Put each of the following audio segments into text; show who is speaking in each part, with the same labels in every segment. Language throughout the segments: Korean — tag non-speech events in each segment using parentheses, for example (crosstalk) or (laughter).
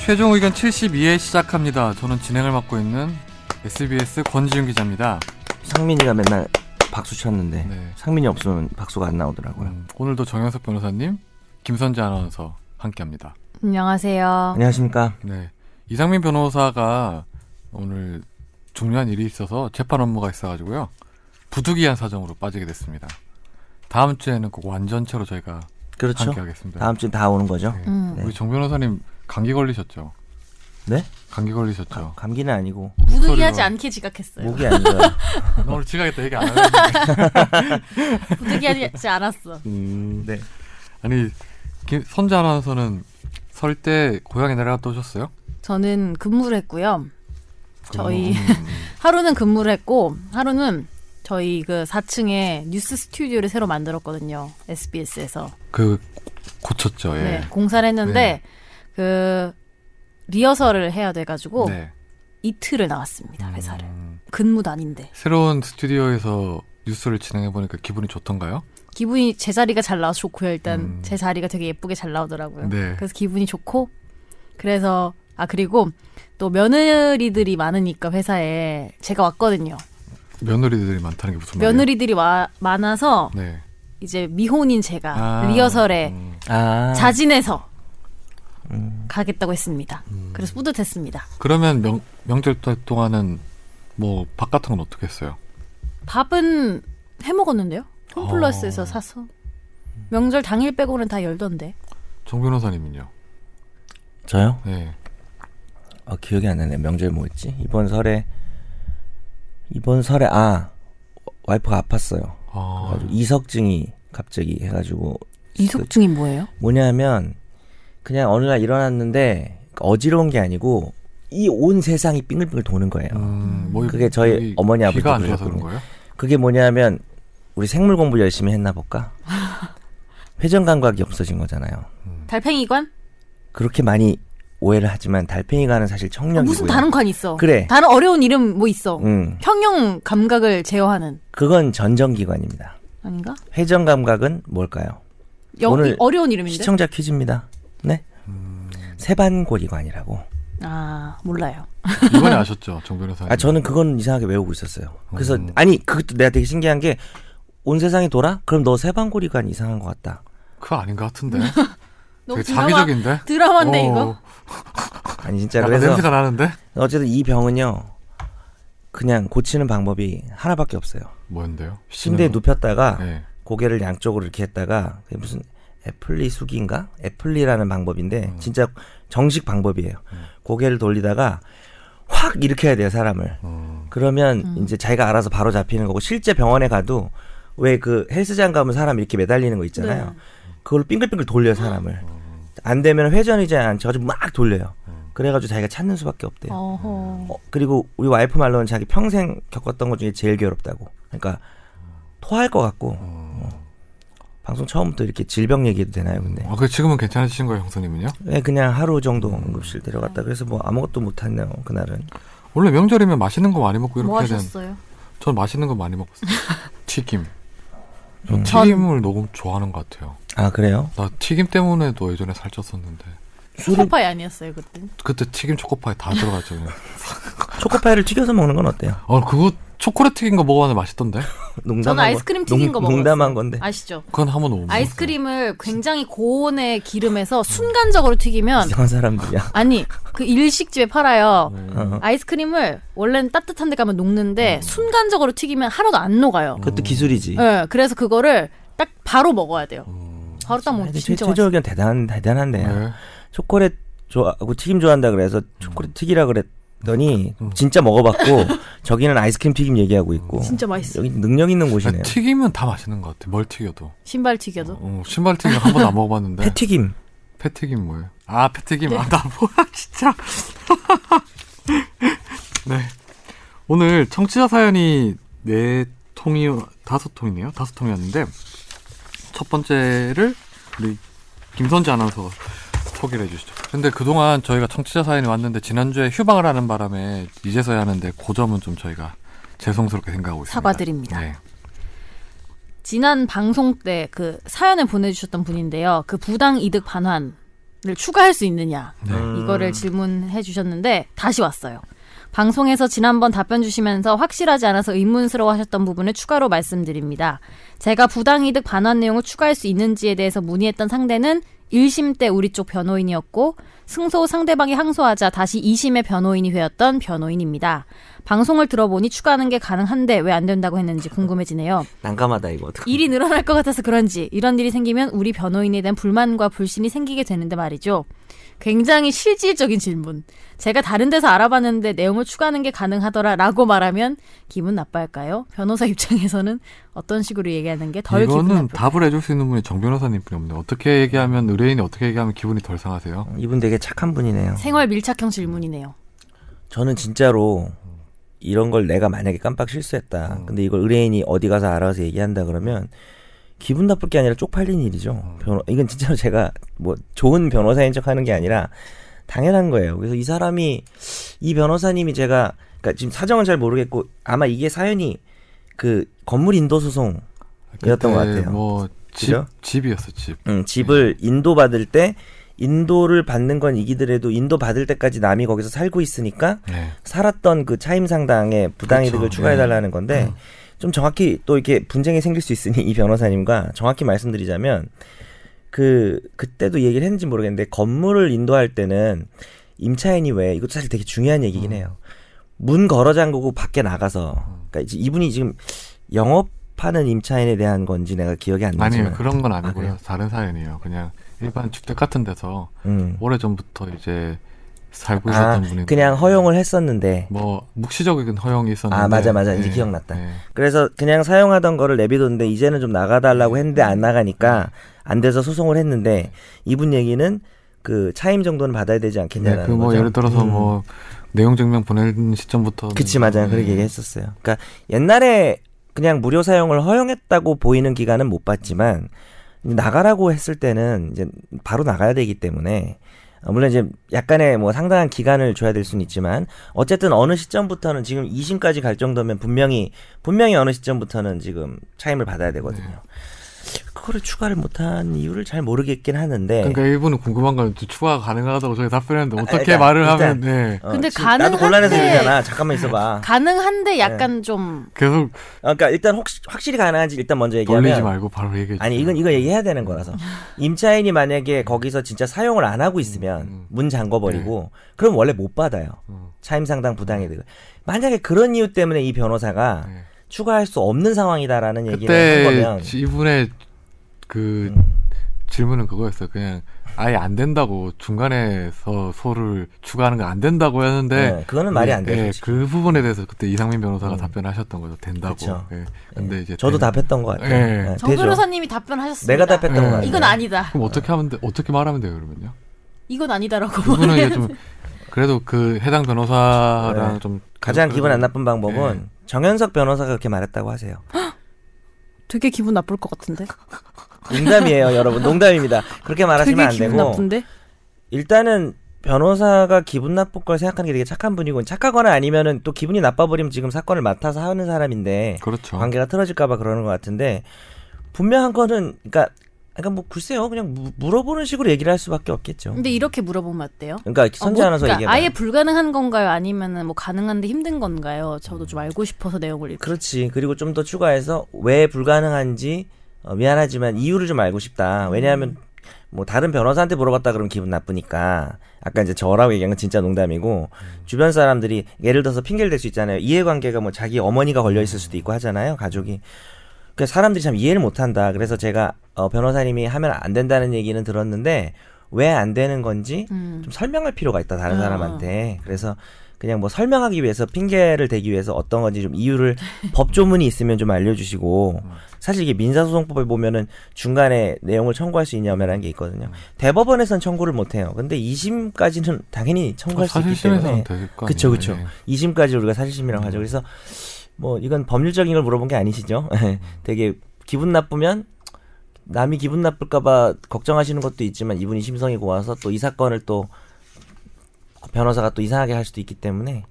Speaker 1: 최종 의견 72회 시작합니다. 저는 진행을 맡고 있는 SBS 권지윤 기자입니다.
Speaker 2: 상민이가 맨날 박수 쳤는데
Speaker 1: 네.
Speaker 2: 상민이 없으면 박수가 안 나오더라고요.
Speaker 1: 음, 오늘도 정현석 변호사님, 김선재 아나운서 함께합니다.
Speaker 3: 안녕하세요.
Speaker 2: 안녕하십니까?
Speaker 1: 네. 이상민 변호사가 오늘 중요한 일이 있어서 재판 업무가 있어가지고요. 부득이한 사정으로 빠지게 됐습니다. 다음 주에는 꼭 완전체로 저희가
Speaker 2: 그렇죠.
Speaker 1: 함께하겠습니다.
Speaker 2: 다음 주에 다 오는 거죠.
Speaker 1: 네.
Speaker 3: 음.
Speaker 2: 네.
Speaker 1: 우리 정 변호사님 감기 걸리셨죠?
Speaker 2: 네?
Speaker 1: 감기
Speaker 2: 가-
Speaker 1: 걸리셨죠? 네.
Speaker 2: 감기는 아니고
Speaker 3: 부득이하지
Speaker 1: 소리로.
Speaker 3: 않게 지각했어요.
Speaker 2: 목이
Speaker 1: (laughs)
Speaker 2: 아니고요.
Speaker 1: 나
Speaker 2: (laughs)
Speaker 1: 오늘 지각했다 얘기 안 하는데. (laughs)
Speaker 3: 부득이하지 않았어.
Speaker 2: 음, 네.
Speaker 1: 아니 김- 선재 아나운서는 설 때 고향에 내려갔다 오셨어요?
Speaker 3: 저는 근무를 했고요. 저희
Speaker 1: 그럼, 음,
Speaker 3: 하루는 근무를 했고 하루는 저희 그 4층에 뉴스 스튜디오를 새로 만들었거든요. SBS에서.
Speaker 1: 그 고쳤죠. 예.
Speaker 3: 네. 공사를 했는데 그 리허설을 해야 돼 가지고
Speaker 1: 네.
Speaker 3: 이틀을 나왔습니다. 회사를.
Speaker 1: 음,
Speaker 3: 근무도 아닌데.
Speaker 1: 새로운 스튜디오에서 뉴스를 진행해 보니까 기분이 좋던가요?
Speaker 3: 기분이 제 자리가 잘 나와서 좋고요. 일단
Speaker 1: 음.
Speaker 3: 제 자리가 되게 예쁘게 잘 나오더라고요.
Speaker 1: 네.
Speaker 3: 그래서 기분이 좋고 그래서 아 그리고 또 며느리들이 많으니까 회사에 제가 왔거든요.
Speaker 1: 며느리들이 많다는 게 무슨 말이에요?
Speaker 3: 며느리들이 와, 많아서
Speaker 1: 네.
Speaker 3: 이제 미혼인 제가
Speaker 1: 아,
Speaker 3: 리허설에
Speaker 1: 음.
Speaker 2: 아,
Speaker 3: 자진해서
Speaker 2: 음,
Speaker 3: 가겠다고 했습니다.
Speaker 1: 음.
Speaker 3: 그래서 뿌듯했습니다.
Speaker 1: 그러면 명, 명절 때 동안은 뭐밥 같은 건 어떻게 했어요?
Speaker 3: 밥은 해 먹었는데요. 홈플러스에서
Speaker 1: 어.
Speaker 3: 사서 명절 당일 빼고는 다 열던데.
Speaker 1: 정 변호사님은요?
Speaker 2: 저요?
Speaker 1: 네.
Speaker 2: 아, 기억이 안 나네. 명절 뭐였지? 이번 설에 이번 설에 아 와이프가 아팠어요.
Speaker 1: 아,
Speaker 2: 그래가지고 이석증이 갑자기 해가지고 그
Speaker 3: 이속증이 뭐예요?
Speaker 2: 뭐냐면 그냥 어느 날 일어났는데 어지러운 게 아니고 이 온 세상이 빙글빙글 도는 거예요.
Speaker 1: 음, 뭐
Speaker 2: 그게 저희
Speaker 1: 여기
Speaker 2: 어머니 아버지
Speaker 1: 귀가 안 좋아서 그런
Speaker 2: 그러셨군요.
Speaker 1: 거예요?
Speaker 2: 그게 뭐냐면 우리 생물 공부 열심히 했나
Speaker 3: (laughs)
Speaker 2: 볼까? 회전 감각이 없어진 거잖아요.
Speaker 3: 달팽이관?
Speaker 2: 그렇게 많이 오해를 하지만 달팽이가는 사실
Speaker 3: 아,
Speaker 2: 청력이고요.
Speaker 3: 무슨 다른 관 있어?
Speaker 2: 그래.
Speaker 3: 다른 어려운 이름 뭐 있어?
Speaker 2: 음,
Speaker 3: 평형 감각을 제어하는
Speaker 2: 그건 전정기관입니다.
Speaker 3: 아닌가?
Speaker 2: 회전 감각은 뭘까요?
Speaker 3: 여,
Speaker 2: 오늘
Speaker 3: 어려운 이름인데.
Speaker 2: 시청자 퀴즈입니다. 네.
Speaker 1: 음.
Speaker 2: 세반고리관이라고.
Speaker 3: 아 몰라요.
Speaker 1: 이번에 아셨죠, 정 변호사님?
Speaker 2: (laughs) 아 저는 그건 이상하게 외우고 있었어요. 그래서
Speaker 1: 음.
Speaker 2: 아니 그것도 내가 되게 신기한 게 온 세상이 돌아? 그럼 너 세반고리관 이상한 것 같다.
Speaker 1: 그거 아닌 것 같은데.
Speaker 3: (laughs)
Speaker 1: 되게
Speaker 3: 너무 드라마,
Speaker 1: 자기적인데?
Speaker 3: 드라마인데
Speaker 1: 어,
Speaker 3: 이거.
Speaker 2: 아니 진짜
Speaker 1: 약간
Speaker 2: 그래서
Speaker 1: 냄새가 나는데?
Speaker 2: 어쨌든 이 병은요 그냥 고치는 방법이 하나밖에 없어요.
Speaker 1: 뭔데요?
Speaker 2: 침대에 눕혔다가
Speaker 1: 네.
Speaker 2: 고개를 양쪽으로 이렇게 했다가 그게 무슨 애플리 숙인가? 애플리라는 방법인데 진짜 정식 방법이에요. 고개를 돌리다가 확 일으켜야 돼요 사람을.
Speaker 1: 어,
Speaker 2: 그러면 이제 자기가 알아서 바로 잡히는 거고 실제 병원에 가도 왜 그 헬스장 가면 사람 이렇게 매달리는 거 있잖아요.
Speaker 3: 네.
Speaker 2: 그걸로 빙글빙글 돌려 요 사람을. 안 되면 회전 의자에 앉혀가지고 막 돌려요. 그래가지고 자기가 찾는 수밖에 없대요.
Speaker 3: 어허.
Speaker 1: 뭐
Speaker 2: 어, 그리고 우리 와이프 말로는 자기 평생 겪었던 것 중에 제일 괴롭다고. 그러니까 토할 것 같고. 어. 방송 처음부터 이렇게 질병 얘기해도 되나요, 근데?
Speaker 1: 아, 그 지금은 괜찮으신 거예요, 형사님은요?
Speaker 2: 네, 그냥 하루 정도 응급실 데려갔다. 그래서 뭐 아무것도 못했네요, 그날은.
Speaker 1: 원래 명절이면 맛있는 거 많이 먹고 이렇게
Speaker 3: 뭐
Speaker 1: 해야 되는.
Speaker 3: 하셨어요?
Speaker 1: 전 맛있는 거 많이
Speaker 3: (laughs)
Speaker 1: 먹었어요. 튀김. 저
Speaker 2: 음.
Speaker 1: 튀김을 너무 좋아하는 것 같아요.
Speaker 2: 아, 그래요?
Speaker 1: 나 튀김 때문에도 예전에 살쪘었는데
Speaker 3: 초파이 아니었어요 그때.
Speaker 1: 그때 튀김 초코파이 다 들어갔죠.
Speaker 2: (laughs)
Speaker 1: 그냥.
Speaker 2: 초코파이를 튀겨서 먹는 건 어때요?
Speaker 1: 어, 그거 초콜릿 튀긴 거 먹어봤는데 맛있던데?
Speaker 2: (laughs) 농담한
Speaker 3: 저는 아이스크림 튀긴 거 먹었어요.
Speaker 2: 농담한 건데.
Speaker 3: 아시죠?
Speaker 1: 그건 한번 오면
Speaker 3: 아이스크림을 굉장히 고온의 기름에서 순간적으로 튀기면
Speaker 2: 이상한 사람들이야.
Speaker 3: 아니 그 일식집에 팔아요.
Speaker 2: 어.
Speaker 3: 아이스크림을 원래는 따뜻한 데 가면
Speaker 2: 음.
Speaker 3: 녹는데 순간적으로 튀기면 하나도 안 녹아요.
Speaker 2: 그것도 기술이지.
Speaker 3: 예, 그래서 그거를 딱 바로 먹어야 돼요.
Speaker 2: 음.
Speaker 3: 바로 딱 먹으면
Speaker 2: 하여튼 네,
Speaker 3: 뭐 진짜
Speaker 2: 최, 최저
Speaker 3: 맛있어요.
Speaker 2: 의견 대단, 대단한데. 요
Speaker 1: 네.
Speaker 2: 초콜릿 좋아하고 튀김 좋아한다 그래서 초콜릿 튀기라 그랬더니 진짜 (laughs) 먹어봤고 저기는 아이스크림 튀김 얘기하고 있고
Speaker 3: 진짜 맛있어요.
Speaker 2: 여기 능력 있는 곳이네요.
Speaker 1: 아니, 튀김은 다 맛있는 것 같아. 뭘 튀겨도.
Speaker 3: 신발 튀겨도.
Speaker 1: 어, 신발 튀김 한 번도 안 먹어봤는데.
Speaker 2: 패튀김.
Speaker 1: 패튀김 뭐예요? 아 패튀김
Speaker 3: 네.
Speaker 1: 아 나 뭐야 (laughs) 진짜 네 오늘 청취자 사연이 네 통이 다섯 통이네요 다섯 통이었는데 첫 번째를 우리 김선재 아나운서가 소개를 해주시죠 근데 그동안 저희가 청취자 사연이 왔는데 지난주에 휴방을 하는 바람에 이제서야 하는데 그 점은 좀 저희가 죄송스럽게 생각하고 있습니다
Speaker 3: 사과드립니다.
Speaker 1: 네.
Speaker 3: 지난 방송 때 그 사연을 보내주셨던 분인데요. 그 부당 이득 반환 추가할 수 있느냐
Speaker 1: 네.
Speaker 3: 이거를 질문해 주셨는데 다시 왔어요. 방송에서 지난번 답변 주시면서 확실하지 않아서 의문스러워 하셨던 부분을 추가로 말씀드립니다. 제가 부당이득 반환 내용을 추가할 수 있는지에 대해서 문의했던 상대는 1심 때 우리 쪽 변호인이었고 승소 후 상대방이 항소하자 다시 2심의 변호인이 되었던 변호인입니다. 방송을 들어보니 추가하는 게 가능한데 왜 안 된다고 했는지 궁금해지네요.
Speaker 2: 난감하다 이거 어떡해.
Speaker 3: 일이 늘어날 것 같아서 그런지 이런 일이 생기면 우리 변호인에 대한 불만과 불신이 생기게 되는데 말이죠. 굉장히 실질적인 질문. 제가 다른 데서 알아봤는데 내용을 추가하는 게 가능하더라라고 말하면 기분 나빠할까요? 변호사 입장에서는 어떤 식으로 얘기하는 게 덜 기분
Speaker 1: 이거는
Speaker 3: 나빠?
Speaker 1: 답을 해줄 수 있는 분이 정 변호사님뿐이 없네요. 어떻게 얘기하면 의뢰인이 어떻게 얘기하면 기분이 덜 상하세요?
Speaker 2: 이분 되게 착한 분이네요.
Speaker 3: 생활 밀착형 질문이네요.
Speaker 2: 저는 진짜로 이런 걸 내가 만약에 깜빡 실수했다. 근데 이걸 의뢰인이 어디 가서 알아서 얘기한다 그러면 기분 나쁠 게 아니라 쪽팔린 일이죠. 변호, 이건 진짜로 제가 뭐 좋은 변호사인 척 하는 게 아니라 당연한 거예요. 그래서 이 사람이 이 변호사님이 제가 그러니까 지금 사정은 잘 모르겠고 아마 이게 사연이 그 건물 인도 소송 이었던 것 같아요.
Speaker 1: 뭐집
Speaker 2: 그죠?
Speaker 1: 집이었어 집.
Speaker 2: 음, 집을 인도 받을 때 인도를 받는 건 이기더라도 인도 받을 때까지 남이 거기서 살고 있으니까
Speaker 1: 네.
Speaker 2: 살았던 그 차임 상당의 부당이득을
Speaker 1: 그렇죠.
Speaker 2: 추가해 달라는 건데
Speaker 1: 음.
Speaker 2: 좀 정확히 또 이렇게 분쟁이 생길 수 있으니 (laughs) 이 변호사님과 정확히 말씀드리자면 그 그때도 얘기를 했는지 모르겠는데 건물을 인도할 때는 임차인이 왜 이것도 사실 되게 중요한 얘기긴
Speaker 1: 음.
Speaker 2: 해요. 문 걸어 잠그고 밖에 나가서 그러니까 이제 이분이 지금 영업하는 임차인에 대한 건지 내가 기억이 안 나지만
Speaker 1: 아니에요. 그런 건 아니고요.
Speaker 2: 그래요?
Speaker 1: 다른 사연이에요. 그냥 일반 주택 같은 데서
Speaker 2: 음.
Speaker 1: 오래 전부터 이제 살고
Speaker 2: 아,
Speaker 1: 있었던 분이
Speaker 2: 그냥 허용을 했었는데
Speaker 1: 뭐 묵시적인 허용이 있었는데. 네.
Speaker 2: 아, 맞아, 맞아. 이제 기억났다. 그래서 그냥 사용하던 거를 내비뒀는데 이제는 좀 나가달라고
Speaker 1: 네.
Speaker 2: 했는데 안 나가니까 안 돼서 소송을 했는데 이분 얘기는 그 차임 정도는 받아야 되지 않겠냐라는
Speaker 1: 그 뭐
Speaker 2: 거죠. 음.
Speaker 1: 예를 들어서 뭐 내용 증명 보낸 시점부터
Speaker 2: 그치 맞아요
Speaker 1: 네.
Speaker 2: 그렇게 얘기했었어요 그러니까 옛날에 그냥 무료 사용을 허용했다고 보이는 기간은 못 봤지만 나가라고 했을 때는 이제 바로 나가야 되기 때문에 어, 물론 이제 약간의 뭐 상당한 기간을 줘야 될 수는 있지만 어쨌든 어느 시점부터는 지금 2심까지 갈 정도면 분명히 분명히 어느 시점부터는 지금 차임을 받아야 되거든요. 그거를 추가를 못한 이유를 잘 모르겠긴 하는데
Speaker 1: 네. 그러니까 일부는 궁금한 건 추가 가능하다고 저희 답변했는데 어떻게
Speaker 2: 아, 그러니까 일단,
Speaker 1: 말을
Speaker 2: 일단.
Speaker 1: 하면 네.
Speaker 2: 어,
Speaker 3: 근데
Speaker 2: 지금 나도
Speaker 3: 가능한데-
Speaker 2: 곤란해서 이러잖아. 잠깐만 있어봐.
Speaker 3: 가능한데 약간
Speaker 2: 네.
Speaker 3: 좀
Speaker 1: 계속
Speaker 2: 어, 그러니까 일단 혹시 확실히 가능한지 일단 먼저 얘기하면
Speaker 1: 돌리지 말고 바로 얘기해 주세요.
Speaker 2: 아니 이건 이거 얘기해야 되는
Speaker 3: (laughs)
Speaker 2: 거라서 임차인이 만약에 거기서 진짜 사용을 안 하고 있으면
Speaker 1: 음.
Speaker 2: 문 잠궈버리고
Speaker 3: 네.
Speaker 2: 그럼 원래 못 받아요
Speaker 1: 음.
Speaker 2: 차임 상당 부당이득 만약에 그런 이유 때문에 이 변호사가
Speaker 1: 네.
Speaker 2: 추가할 수 없는 상황이다라는 얘기를 한
Speaker 1: 그때
Speaker 2: 거면 음.
Speaker 1: 이분의 그 질문은 그거였어요. 그냥 아예 안 된다고 중간에서 소를 추가하는 거 안 된다고 했는데
Speaker 2: 네, 그거는 말이 안
Speaker 1: 예,
Speaker 2: 되죠.
Speaker 1: 예, 그 부분에 대해서 그때 이상민 변호사가
Speaker 2: 음. 답변하셨던 거죠. 된다고. 그쵸. 네.
Speaker 1: 예. 근데
Speaker 3: 네,
Speaker 1: 이제
Speaker 2: 저도
Speaker 1: 된-
Speaker 2: 답했던 것 같아요
Speaker 1: 예.
Speaker 2: 네,
Speaker 3: 정
Speaker 2: 되죠.
Speaker 3: 변호사님이 답변하셨습니다. 네.
Speaker 2: 내가 답했던
Speaker 1: 예.
Speaker 2: 것 같아요
Speaker 3: 이건 아니다.
Speaker 1: 그럼 어떻게 하면 돼? 어떻게 말하면 돼요,
Speaker 2: (laughs)
Speaker 1: 그러면요?
Speaker 3: 이건 아니다라고
Speaker 1: 그분은
Speaker 3: 말해.
Speaker 1: 이제 좀 그래도 그 해당 변호사랑
Speaker 2: 네.
Speaker 1: 좀
Speaker 2: 가장
Speaker 1: 그-
Speaker 2: 기분 안 나쁜
Speaker 3: 네.
Speaker 2: 방법은 정현석 변호사가 그렇게 말했다고 하세요
Speaker 3: 되게 기분 나쁠 것 같은데.
Speaker 2: 농담이에요 여러분 농담입니다 그렇게 말하시면
Speaker 3: 되게
Speaker 2: 안
Speaker 3: 기분
Speaker 2: 되고
Speaker 3: 나쁜데.
Speaker 2: 일단은 변호사가 기분 나쁠 걸 생각하는 게 되게 착한 분이고 착하거나 아니면은 또 기분이 나빠버리면 지금 사건을 맡아서 하는 사람인데
Speaker 1: 그렇죠.
Speaker 2: 관계가 틀어질까봐 그러는 것 같은데 분명한 거는 그러니까 그러니까 뭐 글쎄요 그냥 무- 물어보는 식으로 얘기를 할 수밖에 없겠죠.
Speaker 3: 근데 이렇게 물어보면 어때요?
Speaker 2: 그러니까 선지
Speaker 3: 음. 아, 뭐,
Speaker 2: 않아서
Speaker 3: 그러니까
Speaker 2: 얘기해봐.
Speaker 3: 아예 불가능한 건가요? 아니면은 뭐 가능한데 힘든 건가요? 저도 좀 알고 싶어서 내용을 이렇게.
Speaker 2: 그렇지. 그리고 좀 더 추가해서 왜 불가능한지 어, 미안하지만 이유를 좀 알고
Speaker 3: 음.
Speaker 2: 싶다. 왜냐하면 뭐 다른 변호사한테 물어봤다 그러면 기분 나쁘니까 아까 이제 저라고 얘기한 건 진짜 농담이고
Speaker 3: 음.
Speaker 2: 주변 사람들이 예를 들어서 핑계를 댈 수 있잖아요. 이해관계가 뭐 자기 어머니가 걸려 있을 수도 있고 하잖아요. 가족이. 그 사람들이 참 이해를 못한다. 그래서 제가 어, 변호사님이 하면 안 된다는 얘기는 들었는데 왜 안 되는 건지
Speaker 3: 음.
Speaker 2: 좀 설명할 필요가 있다 다른
Speaker 3: 아.
Speaker 2: 사람한테 그래서 그냥 뭐 설명하기 위해서 핑계를 대기 위해서 어떤 건지 좀 이유를 (laughs) 법조문이 있으면 좀 알려주시고 사실 이게 민사소송법에 보면은 중간에 내용을 청구할 수 있냐 없냐라는 게
Speaker 1: 음.
Speaker 2: 있거든요 대법원에선 청구를 못 해요 근데 2심까지는 당연히 청구할 수 있기
Speaker 1: 사실심에서는
Speaker 2: 때문에
Speaker 1: 될거
Speaker 2: 그쵸
Speaker 1: 아니에요. 음.
Speaker 2: 그쵸
Speaker 1: 예.
Speaker 2: 2심까지 우리가 사실심이라고 하죠 그래서 뭐 이건 법률적인 걸 물어본 게 아니시죠 (laughs) 예. 되게 기분 나쁘면 남이 기분 나쁠까봐 걱정하시는 것도 있지만 이분이 심성이 고와서 또 이 사건을 또 변호사가 또 이상하게 할 수도 있기 때문에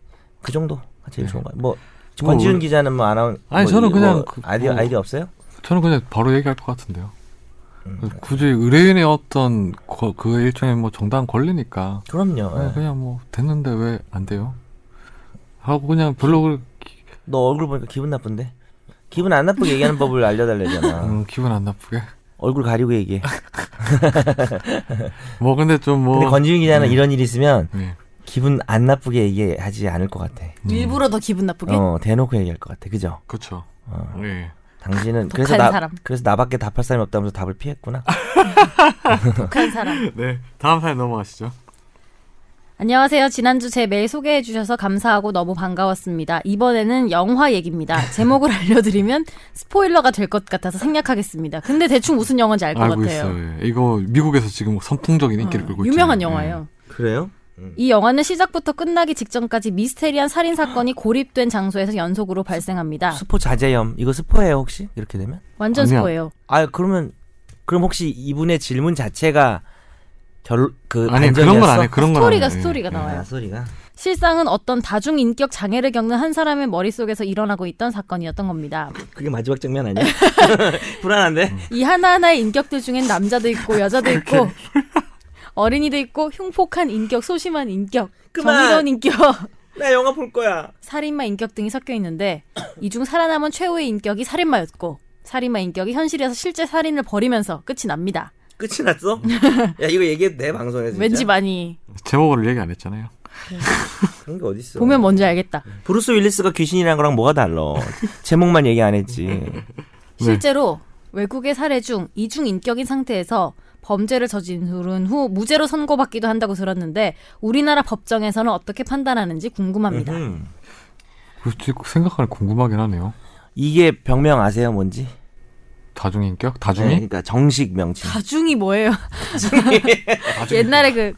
Speaker 2: 그 정도가 제일
Speaker 1: 네.
Speaker 2: 좋은 거예요. 뭐
Speaker 1: 뭐
Speaker 2: 권지훈
Speaker 1: 우리-
Speaker 2: 기자는 뭐 아나운
Speaker 1: 아니,
Speaker 2: 뭐
Speaker 1: 저는
Speaker 2: 이-
Speaker 1: 그냥
Speaker 2: 뭐
Speaker 1: 그-
Speaker 2: 아이디어
Speaker 1: 뭐-
Speaker 2: 아이디어 없어요?
Speaker 1: 저는 그냥 바로 얘기할 것 같은데요. 굳이 의뢰인의 어떤 거- 그 일종의 뭐 정당 권리니까
Speaker 2: 그럼요.
Speaker 1: 아니,
Speaker 2: 예.
Speaker 1: 그냥 뭐 됐는데 왜 안 돼요? 하고 그냥 별로 그-
Speaker 2: 너 얼굴 보니까 기분 나쁜데? 기분 안 나쁘게 얘기하는 법을 알려달래잖아.
Speaker 1: 음, 기분 안 나쁘게.
Speaker 2: 얼굴 가리고
Speaker 1: (laughs)
Speaker 2: 얘기해.
Speaker 1: 뭐 근데 좀뭐
Speaker 2: 근데 권지윤 기자는 이런 일이 있으면
Speaker 1: 네.
Speaker 2: 기분 안 나쁘게 얘기하지 않을 것 같아.
Speaker 1: 음.
Speaker 3: 일부러 더 기분 나쁘게?
Speaker 2: 어, 대놓고 얘기할 것 같아. 그죠?
Speaker 1: 그렇죠.
Speaker 2: 어.
Speaker 1: 예.
Speaker 2: 당신은
Speaker 3: 독한
Speaker 2: 그래서 나
Speaker 3: 사람. 아.
Speaker 2: 그래서 나밖에 답할 사람이 없다면서 답을 피했구나.
Speaker 1: (laughs)
Speaker 3: 독한 사람.
Speaker 1: 네. 다음 사연 넘어가시죠.
Speaker 3: 안녕하세요. 지난주 제 메일 소개해 주셔서 감사하고 너무 반가웠습니다. 이번에는 영화 얘기입니다. 제목을 (laughs) 알려드리면 스포일러가 될 것 같아서 생략하겠습니다. 근데 대충 무슨 영화인지 알 것
Speaker 1: 알고
Speaker 3: 같아요.
Speaker 1: 있어요. 네. 예. 이거 미국에서 지금 선풍적인 인기를
Speaker 3: 어,
Speaker 1: 끌고 있죠.
Speaker 3: 유명한 영화예요.
Speaker 2: 그래요?
Speaker 3: 이 영화는 시작부터 끝나기 직전까지 미스테리한
Speaker 1: (gasps)
Speaker 3: 살인 사건이 고립된 장소에서 연속으로 발생합니다.
Speaker 2: 스포 자제염. 이거 스포예요, 혹시? 이렇게 되면?
Speaker 3: 완전
Speaker 1: 아니야.
Speaker 3: 스포예요.
Speaker 2: 아, 그러면 그럼 혹시 이분의 질문 자체가 결그
Speaker 1: 예. 아니 그런 건 아니에요. 그런 건
Speaker 3: 스토리가
Speaker 1: 아니에요.
Speaker 3: 스토리가
Speaker 1: 예.
Speaker 3: 나와요.
Speaker 2: 아, 소리가.
Speaker 3: 실상은 어떤 다중 인격 장애를 겪는 한 사람의 머릿속에서 일어나고 있던 사건이었던 겁니다.
Speaker 2: 그게 마지막 장면 (laughs) 아니야? 불안한데.
Speaker 3: 이 하나하나의 인격들 중엔 남자도 있고 여자도 있고 어린이도 있고 흉폭한 인격, 소심한 인격,
Speaker 2: 그만!
Speaker 3: 정의로운 인격, (laughs)
Speaker 2: 나 영화 볼 거야.
Speaker 3: 살인마 인격 등이 섞여 있는데 이 중 살아남은 최후의 인격이 살인마였고 살인마 인격이 현실에서 실제 살인을 벌이면서 끝이 납니다.
Speaker 2: 끝이 났어? 야, 이거 얘기해도 돼, 방송에서. 진짜?
Speaker 3: 왠지 많이
Speaker 1: 예. 제목을 얘기 안 했잖아요.
Speaker 2: 그런 게 어딨어.
Speaker 3: 보면 뭔지 알겠다.
Speaker 2: 브루스 윌리스가 귀신이라는 거랑 뭐가
Speaker 3: (laughs)
Speaker 2: 달라. 제목만 얘기 안 했지.
Speaker 1: 네.
Speaker 3: 실제로 외국의 사례 중 이중 인격인 상태에서 범죄를 저지른 후 무죄로 선고받기도 한다고 들었는데 우리나라 법정에서는 어떻게 판단하는지 궁금합니다.
Speaker 2: 음.
Speaker 1: 그렇지 생각하니 궁금하긴 하네요.
Speaker 2: 이게 병명 아세요, 뭔지?
Speaker 1: 다중인격?
Speaker 2: 네,
Speaker 1: 다중이?
Speaker 2: 그러니까 정식 명칭.
Speaker 3: 다중이 뭐예요? (laughs) 옛날에 그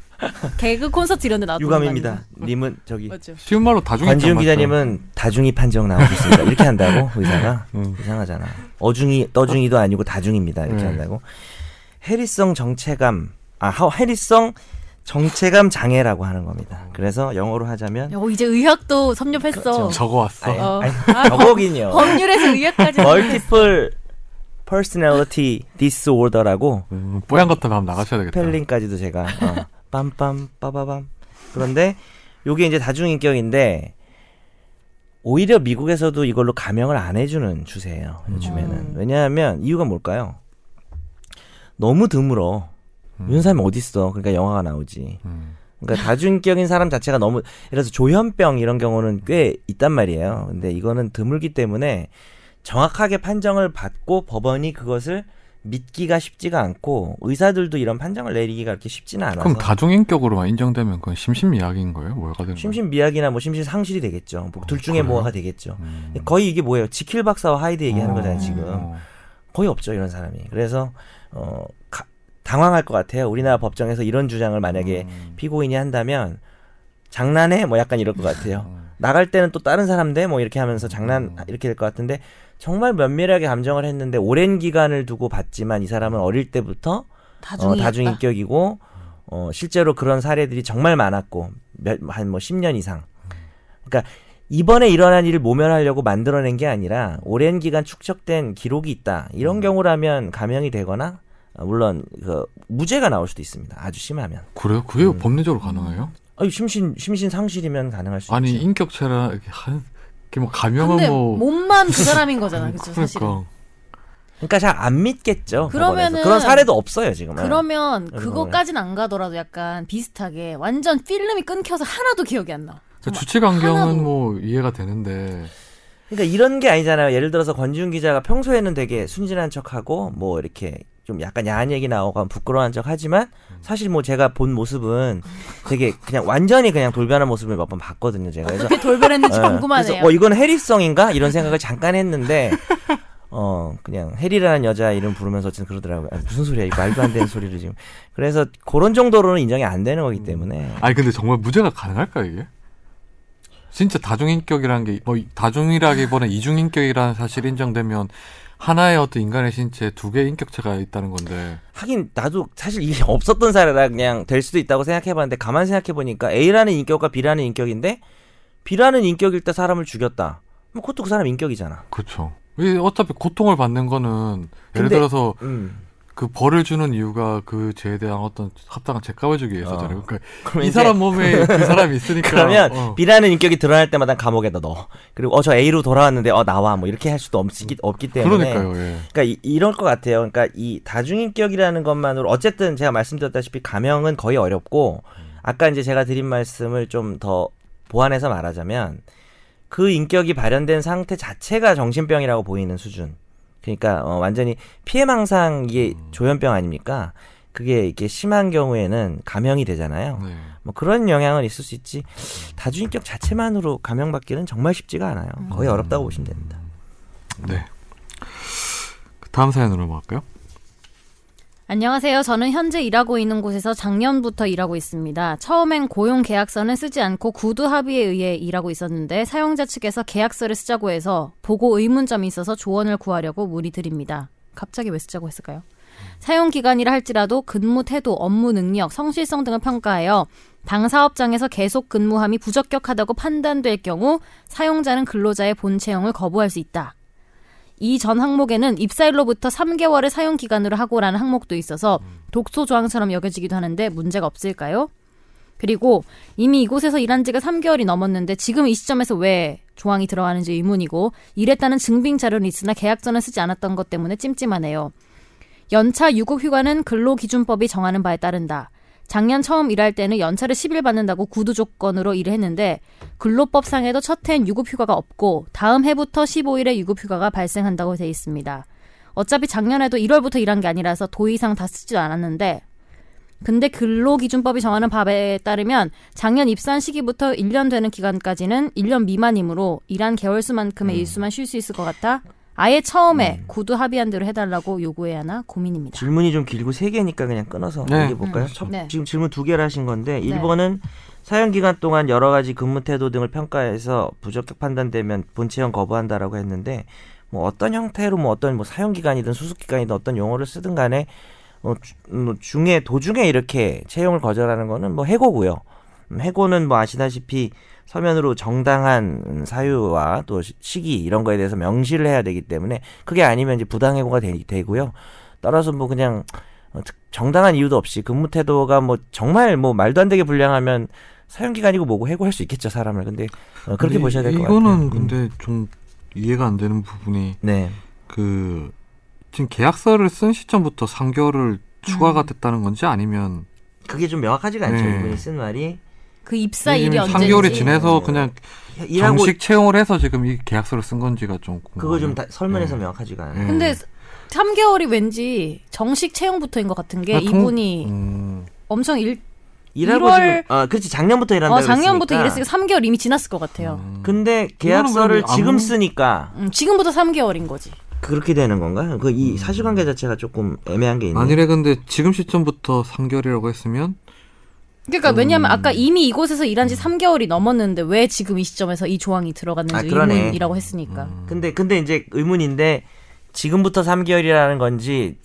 Speaker 3: 개그 콘서트 이런 데
Speaker 2: 아,
Speaker 3: 나왔던
Speaker 2: 유감입니다. 어,
Speaker 3: 거
Speaker 2: 님은 저기
Speaker 3: 아닙니까? 맞죠.
Speaker 1: 쉬운 말로 다중인격.
Speaker 2: 관지훈
Speaker 1: 맞죠?
Speaker 2: 기자님은 다중이 판정 나오고 있습니다. 이렇게 (laughs) 한다고 의사가 이상하잖아. 어중이 떠중이도 아니고 다중입니다. 이렇게
Speaker 1: 네.
Speaker 2: 한다고. 해리성 정체감 아 하- 해리성 정체감 장애라고 하는 겁니다. 그래서 영어로 하자면
Speaker 3: 어, 이제 의학도 섭렵했어.
Speaker 1: 그렇죠. 적어왔어.
Speaker 2: 아예-
Speaker 3: 어.
Speaker 2: 아니,
Speaker 3: 아,
Speaker 2: 저거긴요.
Speaker 3: 법률에서 의학까지
Speaker 2: 어, 멀티플 퍼스널리티 디스오더라고
Speaker 1: 음, 뽀얀 것도 다음 나가셔야 되겠다.
Speaker 2: 스펠링까지도 제가 어, 빰빰 빠바밤 그런데 요게 이제 다중인격인데 오히려 미국에서도 이걸로 가명을 안 해주는 추세예요 요즘에는
Speaker 3: 음.
Speaker 2: 왜냐하면 이유가 뭘까요 너무 드물어 이런 사람이 어딨어 그러니까 영화가 나오지
Speaker 1: 음.
Speaker 2: 그러니까 다중인격인 사람 자체가 너무 예를 들어서 조현병 이런 경우는 꽤 있단 말이에요 근데 이거는 드물기 때문에 정확하게 판정을 받고 법원이 그것을 믿기가 쉽지가 않고 의사들도 이런 판정을 내리기가 그렇게 쉽지는 않아서
Speaker 1: 그럼 다중인격으로만 인정되면 그건 심신미약인 거예요? 뭐가 되는 거예요?
Speaker 2: 심신미약이나 뭐 심신상실이 되겠죠 뭐둘 중에
Speaker 1: 그래요?
Speaker 2: 뭐가 되겠죠
Speaker 1: 음.
Speaker 2: 거의 이게 뭐예요 지킬 박사와 하이드 얘기하는
Speaker 1: 어.
Speaker 2: 거잖아요 지금
Speaker 1: 어.
Speaker 2: 거의 없죠 이런 사람이 그래서 어 가- 당황할 것 같아요 우리나라 법정에서 이런 주장을 만약에
Speaker 1: 음.
Speaker 2: 피고인이 한다면 장난해 뭐 약간 이럴 것 같아요
Speaker 1: 음.
Speaker 2: 나갈 때는 또 다른 사람 돼뭐 이렇게 하면서 장난 이렇게 될 것 같은데 정말 면밀하게 감정을 했는데 오랜 기간을 두고 봤지만 이 사람은 어릴 때부터
Speaker 3: 다중이
Speaker 2: 어, 다중인격이고 어, 실제로 그런 사례들이 정말 많았고 한 뭐 10년 이상. 그러니까 이번에 일어난 일을 모면하려고 만들어낸 게 아니라 오랜 기간 축적된 기록이 있다. 이런 경우라면 감형이 되거나 어, 물론 그 무죄가 나올 수도 있습니다. 아주 심하면.
Speaker 1: 그래요? 그게
Speaker 2: 음.
Speaker 1: 법리적으로 가능해요?
Speaker 2: 아니 심신 심신 상실이면 가능할 수
Speaker 1: 아니
Speaker 2: 있죠.
Speaker 1: 인격체라 이렇게 한 이렇게 뭐
Speaker 3: 근데
Speaker 1: 감염은 뭐
Speaker 3: 몸만 그 사람인 거잖아. 그쵸, 사실은.
Speaker 1: 그러니까
Speaker 2: 그러니까 잘 안 믿겠죠.
Speaker 3: 그러면은-
Speaker 2: 법원에서. 그런 사례도 없어요 지금.
Speaker 3: 그러면
Speaker 2: 그런
Speaker 3: 그거까진 안 가더라도 약간 비슷하게 완전 필름이 끊겨서 하나도 기억이 안 나.
Speaker 1: 그러니까 주치 강경은
Speaker 3: 하나도-
Speaker 1: 뭐 이해가 되는데
Speaker 2: 그러니까 이런 게 아니잖아요. 예를 들어서 권지훈 기자가 평소에는 되게 순진한 척하고 뭐 이렇게 좀 약간 야한 얘기 나오고 하면 부끄러운 척 하지만 사실 뭐 제가 본 모습은 되게 그냥 완전히 그냥 돌변한 모습을 몇 번 봤거든요. 제가
Speaker 3: (laughs)
Speaker 2: 그래서
Speaker 3: 어떻게
Speaker 2: (laughs)
Speaker 3: 돌변했는지
Speaker 2: 예.
Speaker 3: 궁금하네요.
Speaker 2: 그래서 어 이건 해리성인가 이런 생각을 잠깐 했는데 어 그냥 해리라는 여자 이름 부르면서 어쨌든 그러더라고요. 아, 무슨 소리야? 이 말도 안 되는 소리를 지금. 그래서 그런 정도로는 인정이 안 되는 거기 때문에
Speaker 1: 아니 근데 정말 무죄가 가능할까 이게? 진짜 다중인격이라는 게 뭐 다중이라기보다는 이중인격이라는 사실 인정되면 하나의 어떤 인간의 신체에 두 개의 인격체가 있다는 건데
Speaker 2: 하긴 나도 사실 이게 (laughs) 없었던 사례라 그냥 될 수도 있다고 생각해봤는데 가만 생각해보니까 A라는 인격과 B라는 인격인데 B라는 인격일 때 사람을 죽였다. 뭐 그것도 그 사람 인격이잖아.
Speaker 1: 그렇죠. 어차피 고통을 받는 거는 예를
Speaker 2: 근데-
Speaker 1: 들어서
Speaker 2: 음.
Speaker 1: 그 벌을 주는 이유가 그 죄에 대한 어떤 합당한 책값을 주기 위해서잖아요.
Speaker 2: 어.
Speaker 1: 그러니까
Speaker 2: 그럼
Speaker 1: 이
Speaker 2: 이제-
Speaker 1: 사람 몸에 그 사람이 있으니까.
Speaker 2: (laughs) 그러면
Speaker 1: 어.
Speaker 2: B라는 인격이 드러날 때마다 감옥에다 넣어. 그리고 어 저 A로 돌아왔는데 어 나와 뭐 이렇게 할 수도 없기, 없기 때문에.
Speaker 1: 그러니까요. 예.
Speaker 2: 그러니까 이, 이럴 것 같아요. 그러니까 이 다중인격이라는 것만으로 어쨌든 제가 말씀드렸다시피 가명은 거의 어렵고 아까 이제 제가 드린 말씀을 좀 더 보완해서 말하자면 그 인격이 발현된 상태 자체가 정신병이라고 보이는 수준. 그러니까 어, 완전히 피해망상 이게 조현병 아닙니까? 그게 이렇게 심한 경우에는 가명이 되잖아요.
Speaker 1: 네.
Speaker 2: 뭐 그런 영향은 있을 수 있지 다중인격 자체만으로 감형받기는 정말 쉽지가 않아요. 거의 어렵다고 보시면 됩니다.
Speaker 1: 네. 그 다음 사연으로 넘어갈까요?
Speaker 3: 안녕하세요. 저는 현재 일하고 있는 곳에서 작년부터 일하고 있습니다. 처음엔 고용 계약서는 쓰지 않고 구두 합의에 의해 일하고 있었는데 사용자 측에서 계약서를 쓰자고 해서 보고 의문점이 있어서 조언을 구하려고 문의드립니다. 갑자기 왜 쓰자고 했을까요? 사용 기간이라 할지라도 근무 태도, 업무 능력, 성실성 등을 평가하여 당 사업장에서 계속 근무함이 부적격하다고 판단될 경우 사용자는 근로자의 본 채용을 거부할 수 있다. 이 전 항목에는 입사일로부터 3개월의 사용 기간으로 하고라는 항목도 있어서 독소 조항처럼 여겨지기도 하는데 문제가 없을까요? 그리고 이미 이곳에서 일한 지가 3개월이 넘었는데 지금 이 시점에서 왜 조항이 들어가는지 의문이고 일했다는 증빙 자료는 있으나 계약서는 쓰지 않았던 것 때문에 찜찜하네요. 연차 유급 휴가는 근로기준법이 정하는 바에 따른다. 작년 처음 일할 때는 연차를 10일 받는다고 구두 조건으로 일을 했는데 근로법상에도 첫 해엔 유급 휴가가 없고 다음 해부터 15일에 유급 휴가가 발생한다고 돼 있습니다. 어차피 작년에도 1월부터 일한 게 아니라서 도의상 다 쓰지도 않았는데 근데 근로기준법이 정하는 법에 따르면 작년 입사한 시기부터 1년 되는 기간까지는 1년 미만이므로 일한 개월수만큼의
Speaker 1: 음.
Speaker 3: 일수만 쉴 수 있을 것 같아 아예 처음에 구두 합의한 대로 해달라고 요구해야 하나 고민입니다.
Speaker 2: 질문이 좀 길고 세 개니까 그냥 끊어서
Speaker 1: 네.
Speaker 2: 얘기해 볼까요?
Speaker 3: 음, 네.
Speaker 2: 지금 질문 두 개를 하신 건데 1번은 사용 기간 동안 여러 가지 근무 태도 등을 평가해서 부적격 판단되면 본채용 거부한다라고 했는데 뭐 어떤 형태로 뭐 어떤 뭐 사용 기간이든 수습 기간이든 어떤 용어를 쓰든 간에 어, 주- 뭐 중에 도중에 이렇게 채용을 거절하는 거는 뭐 해고고요. 음, 해고는 뭐 아시다시피 서면으로 정당한 음, 사유와 또 시- 시기 이런 거에 대해서 명시를 해야 되기 때문에 그게 아니면 이제 부당해고가 되, 되고요. 따라서 뭐 그냥 어, 특- 정당한 이유도 없이 근무 태도가 뭐 정말 뭐 말도 안 되게 불량하면 사용 기간이고 뭐고 해고할 수 있겠죠 사람을. 근데 어, 그렇게
Speaker 1: 근데
Speaker 2: 보셔야 될 것 같아요.
Speaker 1: 이거는
Speaker 2: 음.
Speaker 1: 근데 좀 이해가 안 되는 부분이
Speaker 2: 네.
Speaker 1: 그 지금 계약서를 쓴 시점부터 3개월을
Speaker 2: 음.
Speaker 1: 추가가 됐다는 건지 아니면
Speaker 2: 그게 좀 명확하지가 않죠.
Speaker 1: 네.
Speaker 2: 이분이 쓴 말이
Speaker 3: 그 입사 일이 언제인지
Speaker 1: 3개월이 지나서
Speaker 2: 네.
Speaker 1: 그냥
Speaker 2: 일하고
Speaker 1: 정식 채용을 해서 지금 이 계약서를 쓴 건지가 좀
Speaker 2: 그거 좀
Speaker 1: 궁금하네요.
Speaker 2: 다- 설명해서
Speaker 1: 네.
Speaker 2: 명확하지가 않아요.
Speaker 1: 네.
Speaker 3: 근데 3개월이 왠지 정식 채용부터인 것 같은
Speaker 2: 아,
Speaker 3: 게
Speaker 1: 그러니까 통-
Speaker 3: 예, 이분이
Speaker 1: 음,
Speaker 3: 엄청 일,
Speaker 2: 일하고 지금
Speaker 3: 일월-
Speaker 2: 아 그렇지 작년부터 일한다
Speaker 3: 어, 작년부터
Speaker 2: 그랬으니까. 음.
Speaker 3: 일했으니까 3개월 이미 지났을 것 같아요.
Speaker 2: 근데
Speaker 1: 그거는
Speaker 2: 계약서를
Speaker 1: 그럼 뭐
Speaker 2: 지금
Speaker 1: 아무-
Speaker 2: 쓰니까
Speaker 3: 음, 지금부터 3개월인 거지.
Speaker 2: 그렇게 되는 건가? 그
Speaker 1: 음.
Speaker 2: 이 사실관계 자체가 조금 애매한 게 있네.
Speaker 1: 만일에 근데 지금 시점부터 3개월이라고 했으면
Speaker 2: 음.
Speaker 3: 그러니까 왜냐면 아까 이미 이곳에서 일한 지 3개월이 넘었는데 왜 지금 이 시점에서 이 조항이
Speaker 2: 아,
Speaker 3: 들어갔는지
Speaker 2: 그러네. 음.
Speaker 3: 의문이라고 했으니까.
Speaker 2: 근데 근데 이제 의문인데 지금부터 3개월이라는 건지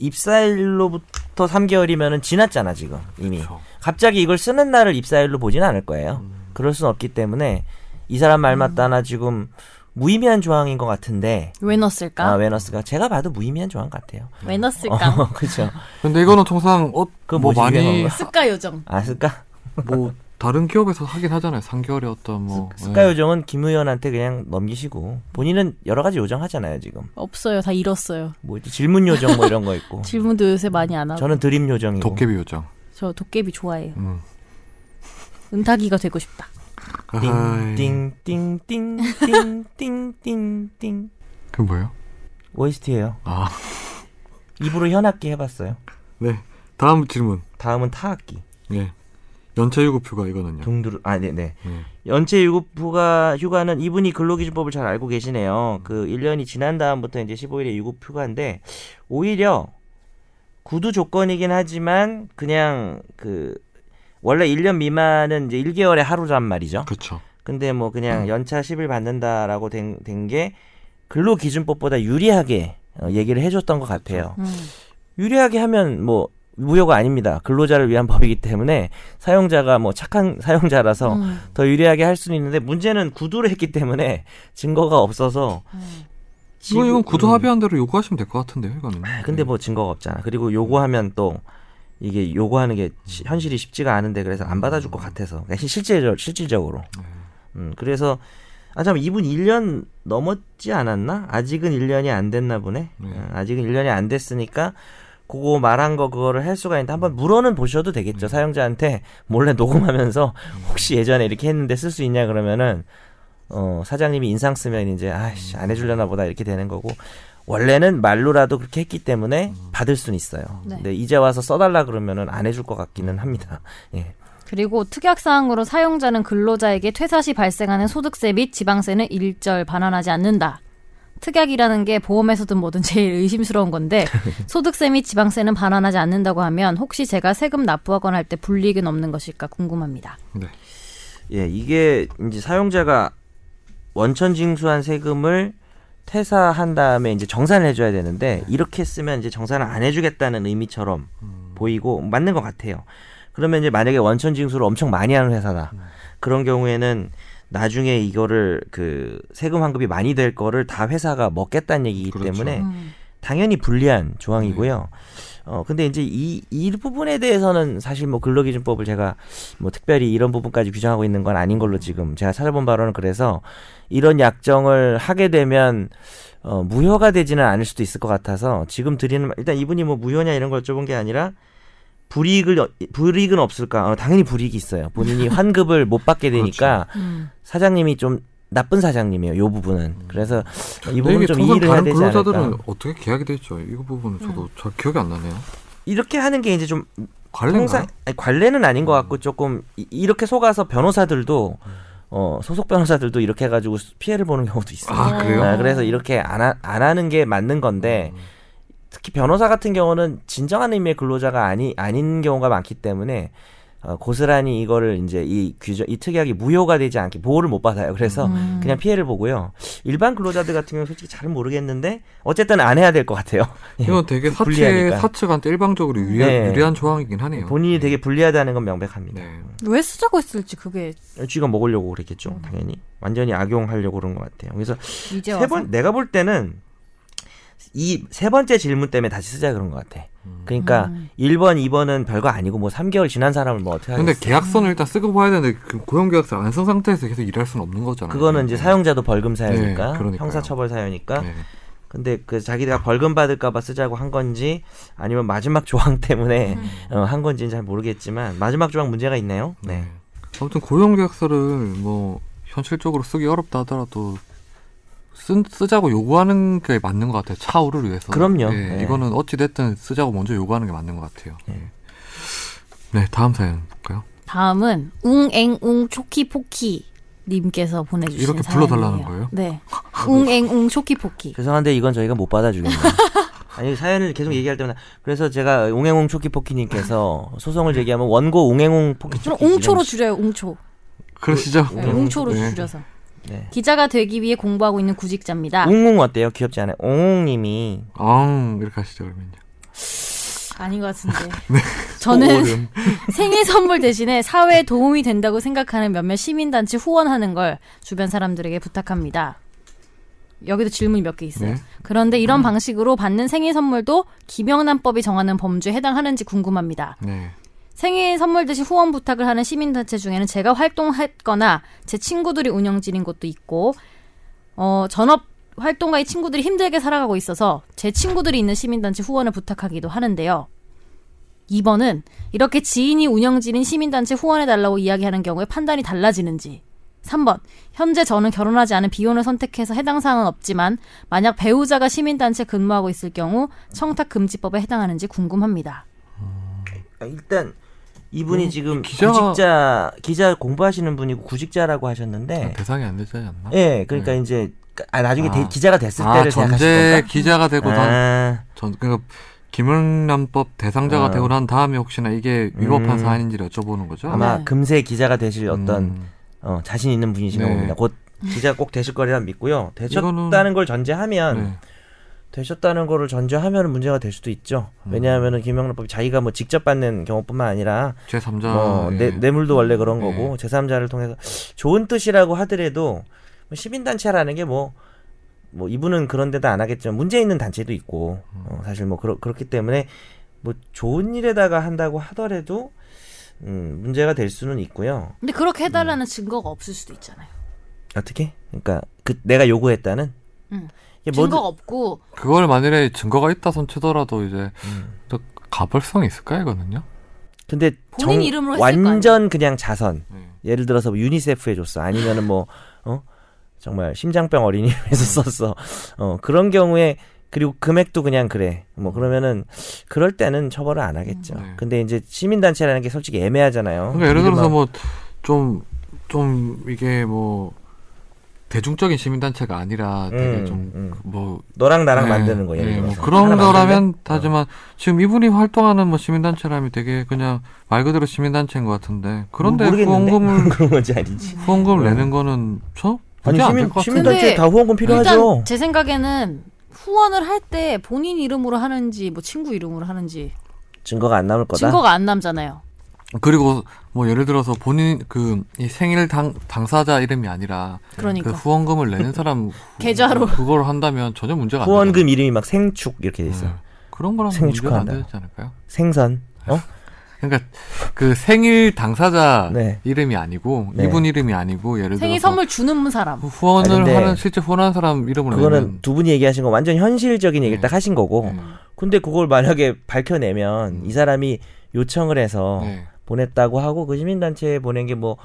Speaker 2: 입사일로부터 3개월이면은 지났잖아 지금 이미.
Speaker 1: 그쵸. 음.
Speaker 2: 갑자기 이걸 쓰는 날을 입사일로 보진 않을 거예요. 그럴 수는 없기 때문에 이 사람 말 맞다나 지금 무의미한 조항인 것 같은데.
Speaker 3: 왜 넣었을까?
Speaker 2: 아
Speaker 3: 왜,
Speaker 2: 웨너스가 제가 봐도 무의미한 조항 같아요.
Speaker 3: 넣었을까?
Speaker 2: 어, (laughs) 그렇죠.
Speaker 1: 근데 이거는 통상 어,
Speaker 2: 그건
Speaker 1: 뭐
Speaker 2: 뭐지,
Speaker 1: 많이
Speaker 2: 유명한
Speaker 3: 습가 요정.
Speaker 2: 아 쓸까?
Speaker 1: 뭐 다른 기업에서 하긴 하잖아요. 3개월의 어떤 뭐
Speaker 2: 쓸까 요정은 김 의원한테 그냥 넘기시고 본인은 여러 가지 요정 하잖아요 지금.
Speaker 3: 없어요. 다 잃었어요.
Speaker 2: 뭐 이제 질문 요정 뭐 이런 거 있고.
Speaker 3: 질문도 요새 많이 안 하고.
Speaker 2: 저는 드림 요정이고.
Speaker 1: 도깨비 요정.
Speaker 3: 저 도깨비 좋아해요.
Speaker 1: 음.
Speaker 3: 은탁이가 되고 싶다.
Speaker 1: 아이,
Speaker 2: 띵띵띵띵띵띵띵띵
Speaker 1: 그 뭐예요?
Speaker 2: OST예요.
Speaker 1: 아,
Speaker 2: 입으로 현악기 해봤어요.
Speaker 1: 네. 다음 질문.
Speaker 2: 다음은 타악기.
Speaker 1: 예. 연차 유급 휴가 이거는요.
Speaker 2: 둥두루 아
Speaker 1: 네.
Speaker 2: 네네. 연체 유급 휴가 휴가는 이분이 근로기준법을 잘 알고 계시네요. 그 1년이 지난 다음부터 이제 15일에 유급 휴가인데 오히려 구두 조건이긴 하지만 그냥 그 원래 1년 미만은 이제 1개월에 하루란 말이죠.
Speaker 1: 그렇죠.
Speaker 2: 근데 뭐
Speaker 1: 음.
Speaker 2: 그냥 연차 10일 받는다라고 된 게 근로기준법보다 유리하게 어, 얘기를 해줬던 것
Speaker 1: 그렇죠.
Speaker 2: 같아요.
Speaker 3: 음.
Speaker 2: 유리하게 하면 뭐 무효가 아닙니다. 근로자를 위한 (laughs) 법이기 때문에 사용자가 뭐 착한 사용자라서
Speaker 3: 음. 음.
Speaker 2: 더 유리하게 할 수는 있는데 문제는 구두를 했기 때문에 증거가 없어서
Speaker 1: 이건 이건
Speaker 2: 지금-
Speaker 1: 구두
Speaker 2: 음.
Speaker 1: 합의한 대로 요구하시면 될 것 같은데요, 이거는. 네.
Speaker 2: 근데 뭐 증거가 없잖아. 그리고 요구하면 또 이게 요구하는 게 시- 현실이 쉽지가 않은데 그래서 안 받아줄 것 같아서 그러니까 시- 실질적 실질적으로. 음 그래서 아참 이분 1년 넘었지 않았나? 아직은 1년이 안 됐나 보네. 어, 아직은 1년이 안 됐으니까 그거 말한 거 그거를 할 수가 있는데 한번 물어는 보셔도 되겠죠. 사용자한테 몰래 네. 녹음하면서 혹시 예전에 이렇게 했는데 쓸 수 있냐 그러면은 어, 사장님이 인상 쓰면 이제 아씨 안 해주려나 보다 이렇게 되는 거고 원래는 말로라도 그렇게 했기 때문에 받을 수는 있어요.
Speaker 3: 네.
Speaker 2: 근데 이제 와서 써달라 그러면은 안 해줄 것 같기는 합니다. (laughs) 예.
Speaker 3: 그리고 특약사항으로 사용자는 근로자에게 퇴사 시 발생하는 소득세 및 지방세는 일절 반환하지 않는다. 특약이라는 게 보험에서든 뭐든 제일 의심스러운
Speaker 1: (laughs)
Speaker 3: 건데 소득세 및 지방세는 반환하지 않는다고 하면 혹시 제가 세금 납부하거나 할 때 불이익은 없는 것일까 궁금합니다.
Speaker 1: 네.
Speaker 2: 예, 이게 이제 사용자가 원천 징수한 세금을 퇴사한 다음에 이제 정산을 해줘야
Speaker 1: 네.
Speaker 2: 되는데 이렇게 쓰면 이제 정산을 안 해주겠다는 의미처럼
Speaker 1: 음.
Speaker 2: 보이고 맞는 것 같아요. 그러면 이제 만약에 원천 징수를 엄청 많이 하는 회사다.
Speaker 1: 음.
Speaker 2: 그런 경우에는 나중에 이거를 그 세금 환급이 많이 될 거를 다 회사가 먹겠다는 얘기이기
Speaker 1: 그렇죠.
Speaker 2: 때문에
Speaker 3: 음.
Speaker 2: 당연히 불리한 조항이고요.
Speaker 1: 네.
Speaker 2: 어 근데 이제 이 이 부분에 대해서는 사실 뭐 근로기준법을 제가 뭐 특별히 이런 부분까지 규정하고 있는 건 아닌 걸로 지금 제가 찾아본 바로는 그래서 이런 약정을 하게 되면 어 무효가 되지는 않을 수도 있을 것 같아서 지금 드리는 말- 일단 이분이 뭐 무효냐 이런 걸 여쭤본 게 아니라 불이익을 어, 불이익은 없을까? 어, 당연히 불이익이 있어요.
Speaker 1: (laughs)
Speaker 2: 본인이 환급을 못 받게
Speaker 1: 그렇죠.
Speaker 2: 되니까
Speaker 3: 음.
Speaker 2: 사장님이 좀 나쁜 사장님이에요. 요 부분은. 그래서 이
Speaker 1: 음. 근데
Speaker 2: 부분
Speaker 1: 이게
Speaker 2: 좀
Speaker 1: 통상
Speaker 2: 이해를 해야
Speaker 1: 다른
Speaker 2: 되지
Speaker 1: 근로자들은
Speaker 2: 않을까? 음.
Speaker 1: 어떻게 계약이 돼 있죠? 이거 부분은 저도 잘 기억이 안 나네요.
Speaker 2: 이렇게 하는 게 이제 좀
Speaker 1: 관련가?
Speaker 2: 통상 아니, 관례는 아닌 것
Speaker 1: 음.
Speaker 2: 같고 조금 이- 이렇게 속아서 변호사들도 어 소속 변호사들도 이렇게 해가지고 수- 피해를 보는 경우도 있어요.
Speaker 1: 아, 그래요? 음.
Speaker 2: 아, 그래서 이렇게 안, 하, 안 하는 게 맞는 건데 특히 변호사 같은 경우는 진정한 의미의 근로자가 아니 아닌 경우가 많기 때문에 어, 고스란히 이거를 이제 이 규정 이 특약이 무효가 되지 않게 보호를 못 받아요. 그래서
Speaker 3: 음.
Speaker 2: 그냥 피해를 보고요. 일반 근로자들 같은 경우는 솔직히 잘 모르겠는데 어쨌든 안 해야 될 것 같아요.
Speaker 1: 이건 되게 사측
Speaker 2: 네. 불리하니까.
Speaker 1: 사측한테 일방적으로 유리한,
Speaker 2: 네.
Speaker 1: 유리한 조항이긴 하네요.
Speaker 2: 본인이 되게 불리하다는 건 명백합니다.
Speaker 1: 네.
Speaker 3: 왜 쓰자고 했을지 그게
Speaker 2: 쥐가 먹으려고 그랬겠죠, 당연히. 완전히 악용하려고 그런 것 같아요. 그래서
Speaker 3: 이제 와서
Speaker 2: 세 번, 내가 볼 때는 이 세 번째 질문 때문에 다시 쓰자 그런 것 같아.
Speaker 1: 음.
Speaker 2: 그러니까 일 1번, 2번은 별거 아니고 뭐 3개월 지난 사람을 뭐 어떻게
Speaker 1: 근데
Speaker 2: 하겠어.
Speaker 1: 계약서는 일단 쓰고 봐야 되는데 그 고용계약서 안 쓴 상태에서 계속 일할 수는 없는 거잖아요.
Speaker 2: 그거는 이제 사용자도 벌금 사유니까
Speaker 1: 음. 네, 그러니까요.
Speaker 2: 형사처벌 사유니까
Speaker 1: 네.
Speaker 2: 근데 그 자기가 벌금 받을까봐 쓰자고 한 건지 아니면 마지막 조항 (laughs) 때문에 어, 한 건지는 잘 모르겠지만 마지막 조항 문제가 있네요. 네.
Speaker 1: 네. 아무튼 고용계약서를 뭐 현실적으로 쓰기 어렵다 하더라도 쓴, 쓰자고 요구하는 게 맞는 것 같아요. 차후를 위해서.
Speaker 2: 그럼요.
Speaker 1: 예,
Speaker 2: 네.
Speaker 1: 이거는 어찌 됐든 쓰자고 먼저 요구하는 게 맞는 것 같아요. 예. 네, 다음 사연 볼까요?
Speaker 3: 다음은 웅앵웅 초키포키 님께서 보내주신
Speaker 1: 이렇게
Speaker 3: 사연이에요.
Speaker 1: 불러달라는 거예요? (laughs) 아, 그
Speaker 3: 네. 웅앵웅 초키포키.
Speaker 2: 죄송한데 이건 저희가 못 받아주겠네요. 아니 사연을 계속 얘기할 때마다 그래서 제가 웅행웅 초키포키님께서 소송을 제기하면 원고 웅행웅
Speaker 3: 그럼
Speaker 2: 포키초키
Speaker 3: 웅초로 줄여요. 웅초.
Speaker 1: 그러시죠?
Speaker 3: 네, 웅초로
Speaker 1: 네.
Speaker 3: 줄여서.
Speaker 2: 네.
Speaker 3: 기자가 되기 위해 공부하고 있는 구직자입니다.
Speaker 2: 웅웅 어때요? 귀엽지 않아요? 웅웅님이
Speaker 1: 아, 이렇게 하시죠, 그러면요.
Speaker 3: 아닌 것 같은데. 저는
Speaker 1: 오른.
Speaker 3: (laughs) 생일 선물 대신에 사회에 도움이 된다고 생각하는 몇몇 시민단체 후원하는 걸 주변 사람들에게 부탁합니다. 여기도 질문이 몇 개 있어요.
Speaker 1: 네.
Speaker 3: 그런데 이런 방식으로 받는 생일 선물도 김영란법이 정하는 범죄에 해당하는지 궁금합니다.
Speaker 1: 네.
Speaker 3: 생일 선물 대신 후원 부탁을 하는 시민단체 중에는 제가 활동했거나 제 친구들이 운영진인 것도 있고 어, 전업 활동과 이 친구들이 힘들게 살아가고 있어서 제 친구들이 있는 시민단체 후원을 부탁하기도 하는데요. 2번은 이렇게 지인이 운영진인 시민단체 후원해달라고 이야기하는 경우에 판단이 달라지는지 3번 현재 저는 결혼하지 않은 비혼을 선택해서 해당 사항은 없지만 만약 배우자가 시민단체 근무하고 있을 경우 청탁금지법에 해당하는지 궁금합니다.
Speaker 2: 아, 일단 이분이 지금
Speaker 1: 기자-
Speaker 2: 구직자 기자 공부하시는 분이고 구직자라고 하셨는데
Speaker 1: 아, 대상이 안 되지 않나?
Speaker 2: 예 그러니까
Speaker 1: 네.
Speaker 2: 이제 아, 나중에
Speaker 1: 아.
Speaker 2: 대- 기자가 됐을
Speaker 1: 아,
Speaker 2: 때를
Speaker 1: 전제
Speaker 2: 생각하실
Speaker 1: 기자가 되고
Speaker 2: 건가?
Speaker 1: 난,
Speaker 2: 아,
Speaker 1: 전, 그러니까 김영란법 대상자가
Speaker 2: 아.
Speaker 1: 되고 난 다음에 혹시나 이게 위법한
Speaker 2: 음.
Speaker 1: 사안인지를 여쭤보는 거죠?
Speaker 2: 아마
Speaker 3: 네.
Speaker 2: 금세 기자가 되실 어떤
Speaker 1: 음.
Speaker 2: 어, 자신 있는 분이신
Speaker 1: 네.
Speaker 2: 겁니다. 곧 기자 꼭 되실 거리라 믿고요. 되셨다는
Speaker 1: 이거는-
Speaker 2: 걸 전제하면
Speaker 1: 네.
Speaker 2: 되셨다는 거를 전제하면 문제가 될 수도 있죠. 왜냐하면 김영란법이 자기가 뭐 직접 받는 경우뿐만 아니라
Speaker 1: 제 3자 예.
Speaker 2: 뭐 내, 뇌물도 원래 그런
Speaker 1: 네.
Speaker 2: 거고 제3자를 통해서 좋은 뜻이라고 하더라도 뭐 시민단체라는 게 뭐 뭐 뭐 이분은 그런 데도 안 하겠지만 문제 있는 단체도 있고 어, 사실 뭐 그렇, 그렇기 때문에 뭐 좋은 일에다가 한다고 하더라도 음, 문제가 될 수는 있고요.
Speaker 3: 근데 그렇게 해달라는 증거가 없을 수도 있잖아요.
Speaker 2: 어떻게? 그러니까 그 내가 요구했다는
Speaker 3: 음.
Speaker 2: 이게 예, 뭐든-
Speaker 3: 증거가 없고
Speaker 1: 그걸 만일에 증거가 있다 손 치더라도 이제
Speaker 2: 음.
Speaker 1: 또 가벌성이 있을까 이거는요?
Speaker 2: 어, 근데
Speaker 3: 본인 이름으로 했을 거 아니에요?
Speaker 2: 완전 그냥 자선.
Speaker 1: 음.
Speaker 2: 예를 들어서 뭐 유니세프에 줬어. 아니면은 뭐 어? 정말 심장병 어린이에서 (laughs) 썼어. 어, 그런 경우에 그리고 금액도 그냥 그래. 뭐 그러면은 그럴 때는 처벌을 안 하겠죠.
Speaker 1: 음. 네.
Speaker 2: 근데 이제 시민 단체라는 게 솔직히 애매하잖아요.
Speaker 1: 그러니까 예를 들어서
Speaker 2: 이름만-
Speaker 1: 뭐 좀 좀 이게 뭐 대중적인 시민단체가 아니라 되게
Speaker 2: 음, 음.
Speaker 1: 좀 뭐
Speaker 2: 너랑 나랑
Speaker 1: 네,
Speaker 2: 만드는 거예요.
Speaker 1: 네,
Speaker 2: 예를
Speaker 1: 뭐
Speaker 2: 들어서. 하나
Speaker 1: 그런
Speaker 2: 만드는데
Speaker 1: 거라면 하지만 지금 이분이 활동하는 뭐 시민단체라면 되게 그냥 말 그대로 시민단체인 것 같은데 그런데
Speaker 2: 뭐 모르겠는데? (laughs)
Speaker 1: 후원금을
Speaker 2: (laughs) 그런 건지 아니지.
Speaker 1: 후원금을
Speaker 2: 네.
Speaker 1: 내는 거는 저
Speaker 2: 아니
Speaker 1: 문제
Speaker 2: 시민
Speaker 1: 안될 것 같은데.
Speaker 3: 시민-
Speaker 2: 시민단체 다 후원금 필요하죠.
Speaker 3: 일단 제 생각에는 후원을 할 때 본인 이름으로 하는지 뭐 친구 이름으로 하는지
Speaker 2: 증거가 안 남을 거다.
Speaker 3: 증거가 안 남잖아요.
Speaker 1: 그리고 뭐 예를 들어서 본인 그 이 생일 당 당사자 이름이 아니라
Speaker 3: 그러니까
Speaker 1: 그 후원금을 내는 사람
Speaker 3: (laughs) 계좌로.
Speaker 1: 그걸 한다면 전혀 문제가 안
Speaker 2: 후원금 이름이 막 생축 이렇게 돼 있어.
Speaker 1: 되잖아요.
Speaker 2: 요
Speaker 1: 네. 그런 거라면
Speaker 2: 생일
Speaker 1: 문제가 안
Speaker 2: 축하한다.
Speaker 1: 되지 않을까요?
Speaker 2: 생선. 어?
Speaker 1: 그러니까 그 생일 당사자
Speaker 2: 네.
Speaker 1: 이름이 아니고
Speaker 2: 네.
Speaker 1: 이분 이름이 아니고 예를
Speaker 3: 생일
Speaker 1: 들어서
Speaker 3: 선물 주는 사람.
Speaker 1: 후- 후원을
Speaker 2: 아니, 근데
Speaker 1: 하는 실제 후원하는 사람 이름을
Speaker 2: 그거는 어,
Speaker 1: 내면
Speaker 2: 두 분이 얘기하신 건 완전 현실적인 얘기를
Speaker 1: 네.
Speaker 2: 딱 하신 거고.
Speaker 1: 네.
Speaker 2: 근데 그걸 만약에 밝혀내면
Speaker 1: 음.
Speaker 2: 이 사람이 요청을 해서
Speaker 1: 네.
Speaker 2: 보냈다고 하고 그 시민단체에 보낸 게 뭐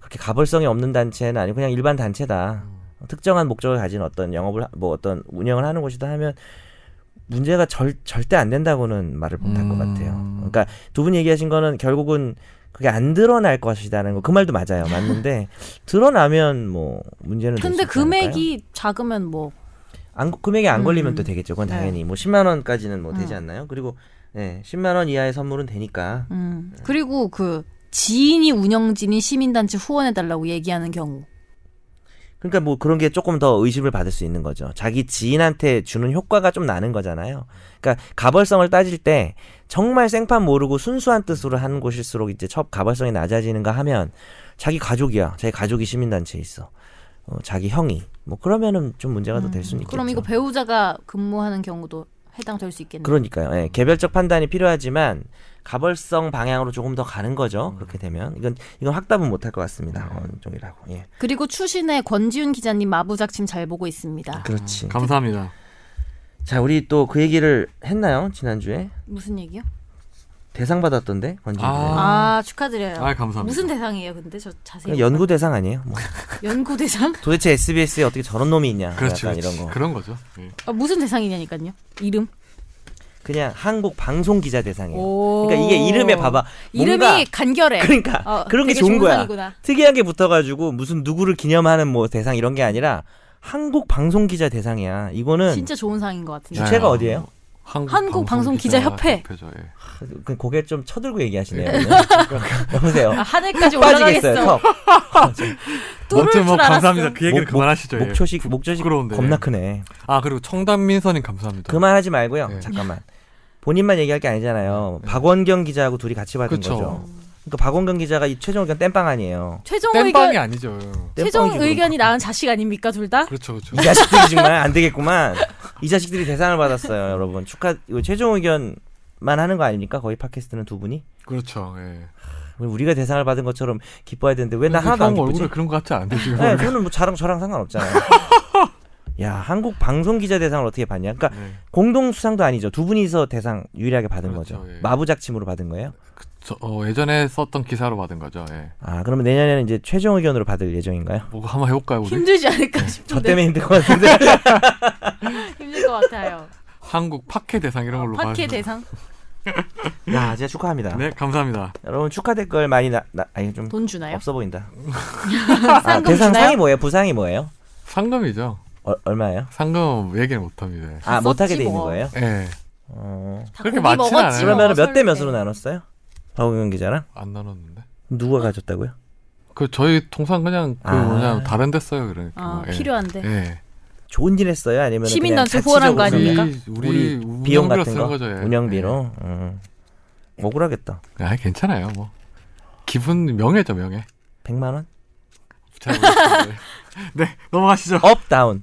Speaker 2: 그렇게 가벌성이 없는 단체는 아니고 그냥 일반 단체다.
Speaker 1: 음.
Speaker 2: 특정한 목적을 가진 어떤 영업을 하- 뭐 어떤 운영을 하는 곳이다 하면 문제가 절, 절대 안 된다고는 말을 못 할 것
Speaker 1: 음.
Speaker 2: 같아요. 그러니까 두 분이 얘기하신 거는 결국은 그게 안 드러날 것이다는 거 그 말도 맞아요.
Speaker 1: (laughs)
Speaker 2: 맞는데 드러나면 뭐 문제는 될수
Speaker 3: 근데
Speaker 2: 있지 않을까요?
Speaker 3: 금액이 작으면 뭐
Speaker 2: 안, 금액이 안 걸리면
Speaker 3: 음.
Speaker 2: 또 되겠죠. 그건
Speaker 3: 네.
Speaker 2: 당연히 뭐 10만 원까지는 뭐 되지
Speaker 3: 음.
Speaker 2: 않나요? 그리고 예, 10만 원 이하의 선물은 되니까.
Speaker 3: 음. 그리고 그 지인이 운영진이 시민단체 후원해달라고 얘기하는 경우.
Speaker 2: 그러니까 뭐 그런 게 조금 더 의심을 받을 수 있는 거죠. 자기 지인한테 주는 효과가 좀 나는 거잖아요. 그러니까 가벌성을 따질 때 정말 생판 모르고 순수한 뜻으로 하는 곳일수록 이제 첫 가벌성이 낮아지는가 하면 자기 가족이야. 자기 가족이 시민단체에 있어. 어, 자기 형이. 뭐 그러면은 좀 문제가 더 될 수는 있겠죠.
Speaker 3: 음, 그럼 이거 배우자가 근무하는 경우도 해당될 수 있겠네요.
Speaker 2: 그렇죠. 그러니까요. 예, 개별적 판단이 필요하지만 가벌성 방향으로 조금 더 가는
Speaker 3: 음.
Speaker 2: 거죠. 그렇게 되면 이건 이건 확답은 못 할 것 같습니다.
Speaker 3: 네.
Speaker 2: 어느 쪽이라고. 예.
Speaker 3: 그리고 추신의 권지윤 기자님 마부작침 잘 보고 있습니다.
Speaker 2: 아, 그렇지.
Speaker 1: 감사합니다.
Speaker 3: 어.
Speaker 2: 자, 우리 또 그 얘기를 했나요? 지난주에
Speaker 3: 무슨 얘기요?
Speaker 2: 대상 받았던데 네. 권지.
Speaker 1: 아,
Speaker 3: 아, 축하드려요.
Speaker 1: 아 감사합니다.
Speaker 3: 무슨 대상이에요? 근데 저 자세히
Speaker 2: 연구 대상 아니에요? 뭐.
Speaker 3: 연구 대상?
Speaker 2: 도대체 SBS에 어떻게 저런 놈이 있냐?
Speaker 1: 그렇지,
Speaker 3: 그렇죠,
Speaker 2: 약간
Speaker 1: 그렇죠, 그렇지.
Speaker 2: 이런 거.
Speaker 1: 그런 거죠. 예.
Speaker 3: 아, 무슨 대상이냐니까요. 이름.
Speaker 2: 그냥 한국 방송 기자 대상이에요.
Speaker 3: 오.
Speaker 2: 그러니까 이게 이름에 봐봐.
Speaker 3: 이름이
Speaker 2: 뭔가
Speaker 3: 간결해.
Speaker 2: 그러니까
Speaker 3: 어,
Speaker 2: 그런 게
Speaker 3: 되게
Speaker 2: 좋은 거야.
Speaker 3: 상이구나.
Speaker 2: 특이한 게 붙어가지고 무슨 누구를 기념하는 뭐 대상 이런 게 아니라 한국 방송 기자 대상이야. 이거는
Speaker 3: 진짜 좋은 상인 것 같은데.
Speaker 2: 주체가 어디예요?
Speaker 1: 네. 한국,
Speaker 3: 한국 방송기자협회.
Speaker 1: 협회죠. 예.
Speaker 2: 그 고개 좀 쳐들고 얘기하시네요. 오늘. 여보세요.
Speaker 3: 아, 하늘까지
Speaker 2: 음. 빠지겠어요.
Speaker 3: 올라가겠어.
Speaker 2: 턱.
Speaker 3: 뚫을
Speaker 1: 아무튼
Speaker 3: 줄
Speaker 1: 뭐
Speaker 3: 알았어.
Speaker 1: 감사합니다. 그 얘기를
Speaker 2: 목-
Speaker 1: 그만하시죠. 예.
Speaker 2: 목초식 목조식
Speaker 1: 부끄러운데.
Speaker 2: 겁나 크네.
Speaker 1: 아 그리고 청담민선님 감사합니다.
Speaker 2: 그만하지 말고요.
Speaker 1: 네.
Speaker 2: 잠깐만. 본인만 얘기할 게 아니잖아요. 박원경 기자하고 둘이 같이 받은
Speaker 1: 그쵸.
Speaker 2: 거죠. 그러니까 박원경 기자가 이 최종 의견 땜빵 아니에요.
Speaker 3: 최종
Speaker 1: 땜빵이
Speaker 3: 의견
Speaker 1: 아니죠.
Speaker 3: 최종
Speaker 2: 땜빵이죠.
Speaker 3: 의견이 나은 자식 아닙니까 둘 다?
Speaker 1: 그렇죠, 그렇죠.
Speaker 2: 이 자식들이 정말 안 되겠구만. 이 자식들이 대상을 받았어요, 여러분. 축하. 이거 최종 의견만 하는 거 아닙니까? 거의 팟캐스트는 두 분이.
Speaker 1: 그렇죠. 예.
Speaker 2: 우리가 대상을 받은 것처럼 기뻐해야 되는데 왜 나 하나도 안
Speaker 1: 형
Speaker 2: 기쁘지?
Speaker 1: 얼굴에 그런 거 같지 않은데 지금.
Speaker 2: 네, 저는 뭐 저랑 저랑 상관없잖아요. 야, 한국 방송 기자 대상을 어떻게 받냐? 그러니까
Speaker 1: 네.
Speaker 2: 공동 수상도 아니죠. 두 분이서 대상 유일하게 받은
Speaker 1: 그렇죠,
Speaker 2: 거죠.
Speaker 1: 예.
Speaker 2: 마부작침으로 받은 거예요.
Speaker 1: 저, 어, 예전에 썼던 기사로 받은 거죠. 예.
Speaker 2: 아, 그러면 내년에는 이제 최종 의견으로 받을 예정인가요?
Speaker 1: 뭐 한번 해볼까요, 우리?
Speaker 3: 힘들지 않을까
Speaker 2: 음. 저
Speaker 3: 싶은데
Speaker 2: 때문에 힘들 것 같은데.
Speaker 3: 힘들 것 같아요.
Speaker 1: 한국 팟캐 대상 이런 걸로
Speaker 3: 파케
Speaker 1: 봐주세요.
Speaker 3: 대상
Speaker 2: 야, 진짜 축하합니다.
Speaker 1: 네, 감사합니다.
Speaker 2: 여러분 축하 댓글 많이 나, 나 아니 좀
Speaker 3: 돈 주나요?
Speaker 2: 없어
Speaker 3: (laughs)
Speaker 2: 보인다. 아,
Speaker 3: 상금
Speaker 2: 대상 상이
Speaker 3: 주나요?
Speaker 2: 뭐예요? 부상이 뭐예요?
Speaker 1: 상금이죠.
Speaker 2: 어, 얼마예요?
Speaker 1: 상금 얘기를 못합니다.
Speaker 2: 아,
Speaker 3: 다
Speaker 2: 못하게
Speaker 3: 썼지
Speaker 2: 돼 있는
Speaker 3: 뭐.
Speaker 2: 거예요?
Speaker 1: 예, 네,
Speaker 2: 어...
Speaker 3: 다
Speaker 1: 그렇게
Speaker 3: 고기
Speaker 1: 많지는
Speaker 3: 먹었지
Speaker 1: 않아요.
Speaker 3: 뭐,
Speaker 2: 그러면 몇 대
Speaker 3: 설레.
Speaker 2: 몇으로 나눴어요? 박우경 기자랑?
Speaker 1: 안 나눴는데.
Speaker 3: 어?
Speaker 2: 누가 가졌다고요?
Speaker 1: 그 저희 통상 그냥 그
Speaker 2: 아.
Speaker 1: 뭐냐 다른 데 써요 그러니까.
Speaker 3: 아,
Speaker 1: 예.
Speaker 3: 필요한데.
Speaker 1: 예.
Speaker 2: 좋은 일 했어요? 아니면
Speaker 3: 시민단체 후원한 거
Speaker 1: 우리
Speaker 3: 아닙니까?
Speaker 1: 우리,
Speaker 2: 비용
Speaker 1: 운영비로
Speaker 2: 같은
Speaker 1: 쓰는
Speaker 2: 거?
Speaker 1: 거죠. 예.
Speaker 2: 운영비로? 음. 억울하겠다.
Speaker 1: 예. 아, 괜찮아요. 뭐 기분 명예죠 명예.
Speaker 2: 100만 원? (laughs)
Speaker 1: 잘 모르겠어요. 네, 넘어가시죠.
Speaker 2: 업 다운.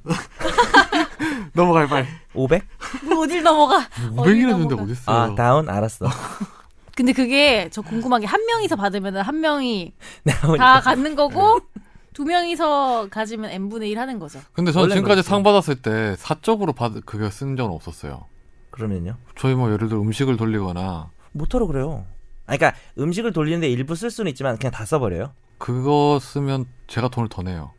Speaker 1: 넘어갈 빨리.
Speaker 2: 500?
Speaker 3: 뭘 (laughs) 어딜 넘어가?
Speaker 1: 예. 뭐, 500이라는데
Speaker 3: 넘어가?
Speaker 1: 어딨어요?
Speaker 2: 아, 다운? (laughs) 알았어.
Speaker 3: 근데 그게 저 궁금한 게 한 명이서 받으면 한 명이
Speaker 2: 다운이.
Speaker 3: 다 갖는 거고
Speaker 2: 네.
Speaker 3: 두 명이서 가지면 n 분의 1 하는 거죠.
Speaker 1: 근데 저는
Speaker 2: 원래는
Speaker 1: 지금까지
Speaker 2: 그렇지.
Speaker 1: 상 받았을 때 사적으로 받 그게 쓴 적은 없었어요.
Speaker 2: 그러면요?
Speaker 1: 저희 뭐 예를 들어 음식을 돌리거나
Speaker 2: 못하러 그래요. 아, 그러니까 음식을 돌리는데 일부 쓸 수는 있지만 그냥 다 써버려요.
Speaker 1: 그거 쓰면 제가 돈을 더 내요.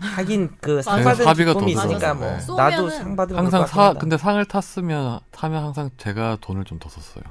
Speaker 2: 하긴 그
Speaker 3: 맞아요.
Speaker 2: 상받은
Speaker 1: 네, 사비가
Speaker 2: 기쁨이
Speaker 3: 더
Speaker 2: 있으니까
Speaker 1: 들어가요.
Speaker 2: 뭐
Speaker 1: 네.
Speaker 2: 나도
Speaker 3: 쏘면은
Speaker 2: 상받은
Speaker 1: 항상 사 근데 상을 탔으면 타면 항상 제가 돈을 좀 더 썼어요.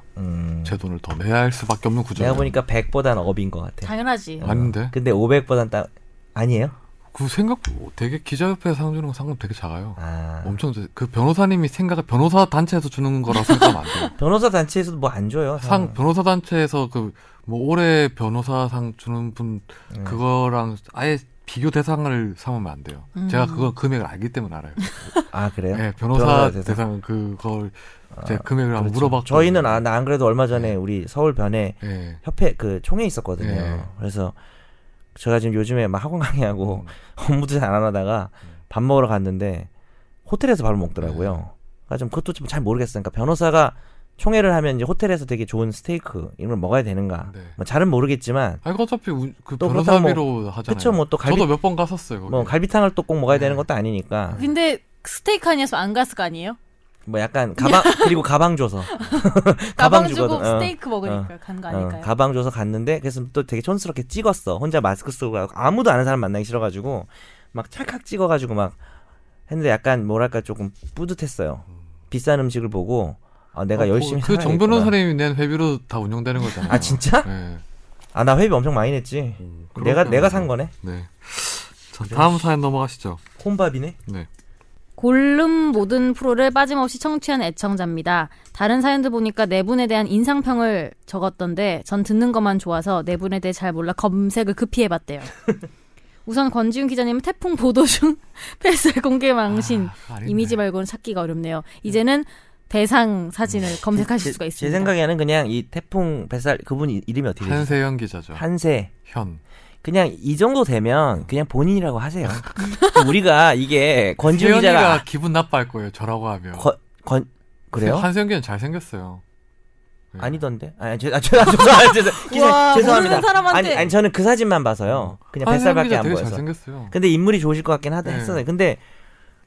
Speaker 1: 제 돈을 더 내야 할 수밖에 없는 구조.
Speaker 2: 음. 내가 보니까 100보단 업인 것 같아.
Speaker 3: 당연하지.
Speaker 1: 음. 아닌데.
Speaker 2: 근데 500보단 따 아니에요?
Speaker 1: 그 생각 되게 기자협회 상 주는 거 상금 되게 작아요.
Speaker 2: 아
Speaker 1: 엄청 작- 그 변호사님이 생각을 변호사 단체에서 주는 거라 생각하면 안
Speaker 2: (laughs)
Speaker 1: 돼요.
Speaker 2: 변호사 단체에서도 뭐 안 줘요.
Speaker 1: 상 변호사 단체에서 그 뭐 올해 변호사상 주는 분
Speaker 2: 음.
Speaker 1: 그거랑 아예 비교 대상을 삼으면 안 돼요.
Speaker 3: 음.
Speaker 1: 제가 그거 금액을 알기 때문에 알아요.
Speaker 2: 아 그래요?
Speaker 1: 네, 변호사,
Speaker 2: 변호사 대상.
Speaker 1: 대상, 그걸 제가 금액을 한번
Speaker 2: 그렇죠.
Speaker 1: 물어봤고
Speaker 2: 저희는 아, 나 안 그래도 얼마 전에 우리 서울 변에
Speaker 1: 예.
Speaker 2: 협회 그 총회 있었거든요.
Speaker 1: 네.
Speaker 2: 그래서 제가 지금 요즘에 막 학원 강의하고
Speaker 1: 음.
Speaker 2: (laughs) 업무도 잘 안 하다가 밥 먹으러 갔는데 호텔에서 밥을
Speaker 1: 네.
Speaker 2: 먹더라고요. 그러니까 좀 그것도 좀 잘 모르겠으니까 변호사가 총회를 하면 이제 호텔에서 되게 좋은 스테이크 이런 걸 먹어야 되는가?
Speaker 1: 네.
Speaker 2: 뭐 잘은 모르겠지만
Speaker 1: 아니 어차피 우- 그
Speaker 2: 또 그렇다고 뭐-
Speaker 1: 변호사비로 하잖아요.
Speaker 2: 그쵸, 뭐또 갈비-
Speaker 1: 저도 몇 번 갔었어요. 네. 거기.
Speaker 2: 뭐 갈비탕을 또 꼭 먹어야 되는 것도 아니니까
Speaker 3: 근데 스테이크 아니어서 안 갔을 거 아니에요?
Speaker 2: 뭐 약간
Speaker 3: (laughs)
Speaker 2: 가방 그리고 가방 줘서 (laughs)
Speaker 3: 가방
Speaker 2: 주거든.
Speaker 3: 주고
Speaker 2: 어.
Speaker 3: 스테이크 먹으니까 간 거
Speaker 2: 어,
Speaker 3: 아닐까요?
Speaker 2: 가방 줘서 갔는데 그래서 또 되게 촌스럽게 찍었어. 혼자 마스크 쓰고 가고 아무도 아는 사람 만나기 싫어가지고 막 찰칵 찍어가지고 막 했는데 약간 뭐랄까 조금 뿌듯했어요. 비싼 음식을 보고 아, 내가
Speaker 1: 어,
Speaker 2: 열심히
Speaker 1: 그
Speaker 2: 살아야겠구나.
Speaker 1: 정변호사님이 낸 회비로 다 운영되는 거잖아요.
Speaker 2: 아 진짜?
Speaker 1: 예.
Speaker 2: 아 나 회비 엄청 많이 냈지. 내가 내가 산 거네.
Speaker 1: 네. 자, 다음 사연 넘어가시죠.
Speaker 2: 홈밥이네.
Speaker 1: 네.
Speaker 3: 골룸 모든 프로를 빠짐없이 청취한 애청자입니다. 다른 사연들 보니까 네 분에 대한 인상평을 적었던데 전 듣는 것만 좋아서 네 분에 대해 잘 몰라 검색을
Speaker 2: (laughs)
Speaker 3: 급히 해봤대요. 우선 권지훈 기자님은 태풍 보도 중 (laughs) 펠스의 공개 망신
Speaker 1: 아, 아니네.
Speaker 3: 이미지 말고는 찾기가 어렵네요. 이제는 대상 사진을 검색하실
Speaker 2: 음.
Speaker 3: 수가
Speaker 2: 제, 제
Speaker 3: 있습니다.
Speaker 2: 생각에는 그냥 이 태풍 뱃살 그분 이- 이름이 어떻게 되지?
Speaker 1: 한세현 기자죠.
Speaker 2: 한세.
Speaker 1: 현.
Speaker 2: 그냥 이 정도 되면 그냥 본인이라고 하세요. (laughs) 우리가 이게 권지훈
Speaker 1: 세현이가
Speaker 2: 기자가
Speaker 1: 기분 나빠할 거예요. 저라고 하면.
Speaker 2: 권, 권 그래요?
Speaker 1: 한세현 기자는 잘 생겼어요. 네.
Speaker 2: 아니던데. 아니, 죄, 아, 죄, 아,
Speaker 1: (laughs)
Speaker 2: 죄송합니다. 죄송, 기자,
Speaker 3: 와,
Speaker 2: 죄송합니다.
Speaker 3: 모르는 사람한테.
Speaker 2: 아니, 아니, 저는 그 사진만 봐서요. 그냥
Speaker 1: 한세현
Speaker 2: 뱃살밖에
Speaker 1: 기자 음.
Speaker 2: 안
Speaker 1: 아, 되게
Speaker 2: 보여서. 그
Speaker 1: 잘 생겼어요.
Speaker 2: 근데 인물이 좋으실 것 같긴 하다
Speaker 1: 네.
Speaker 2: 했었어요. 근데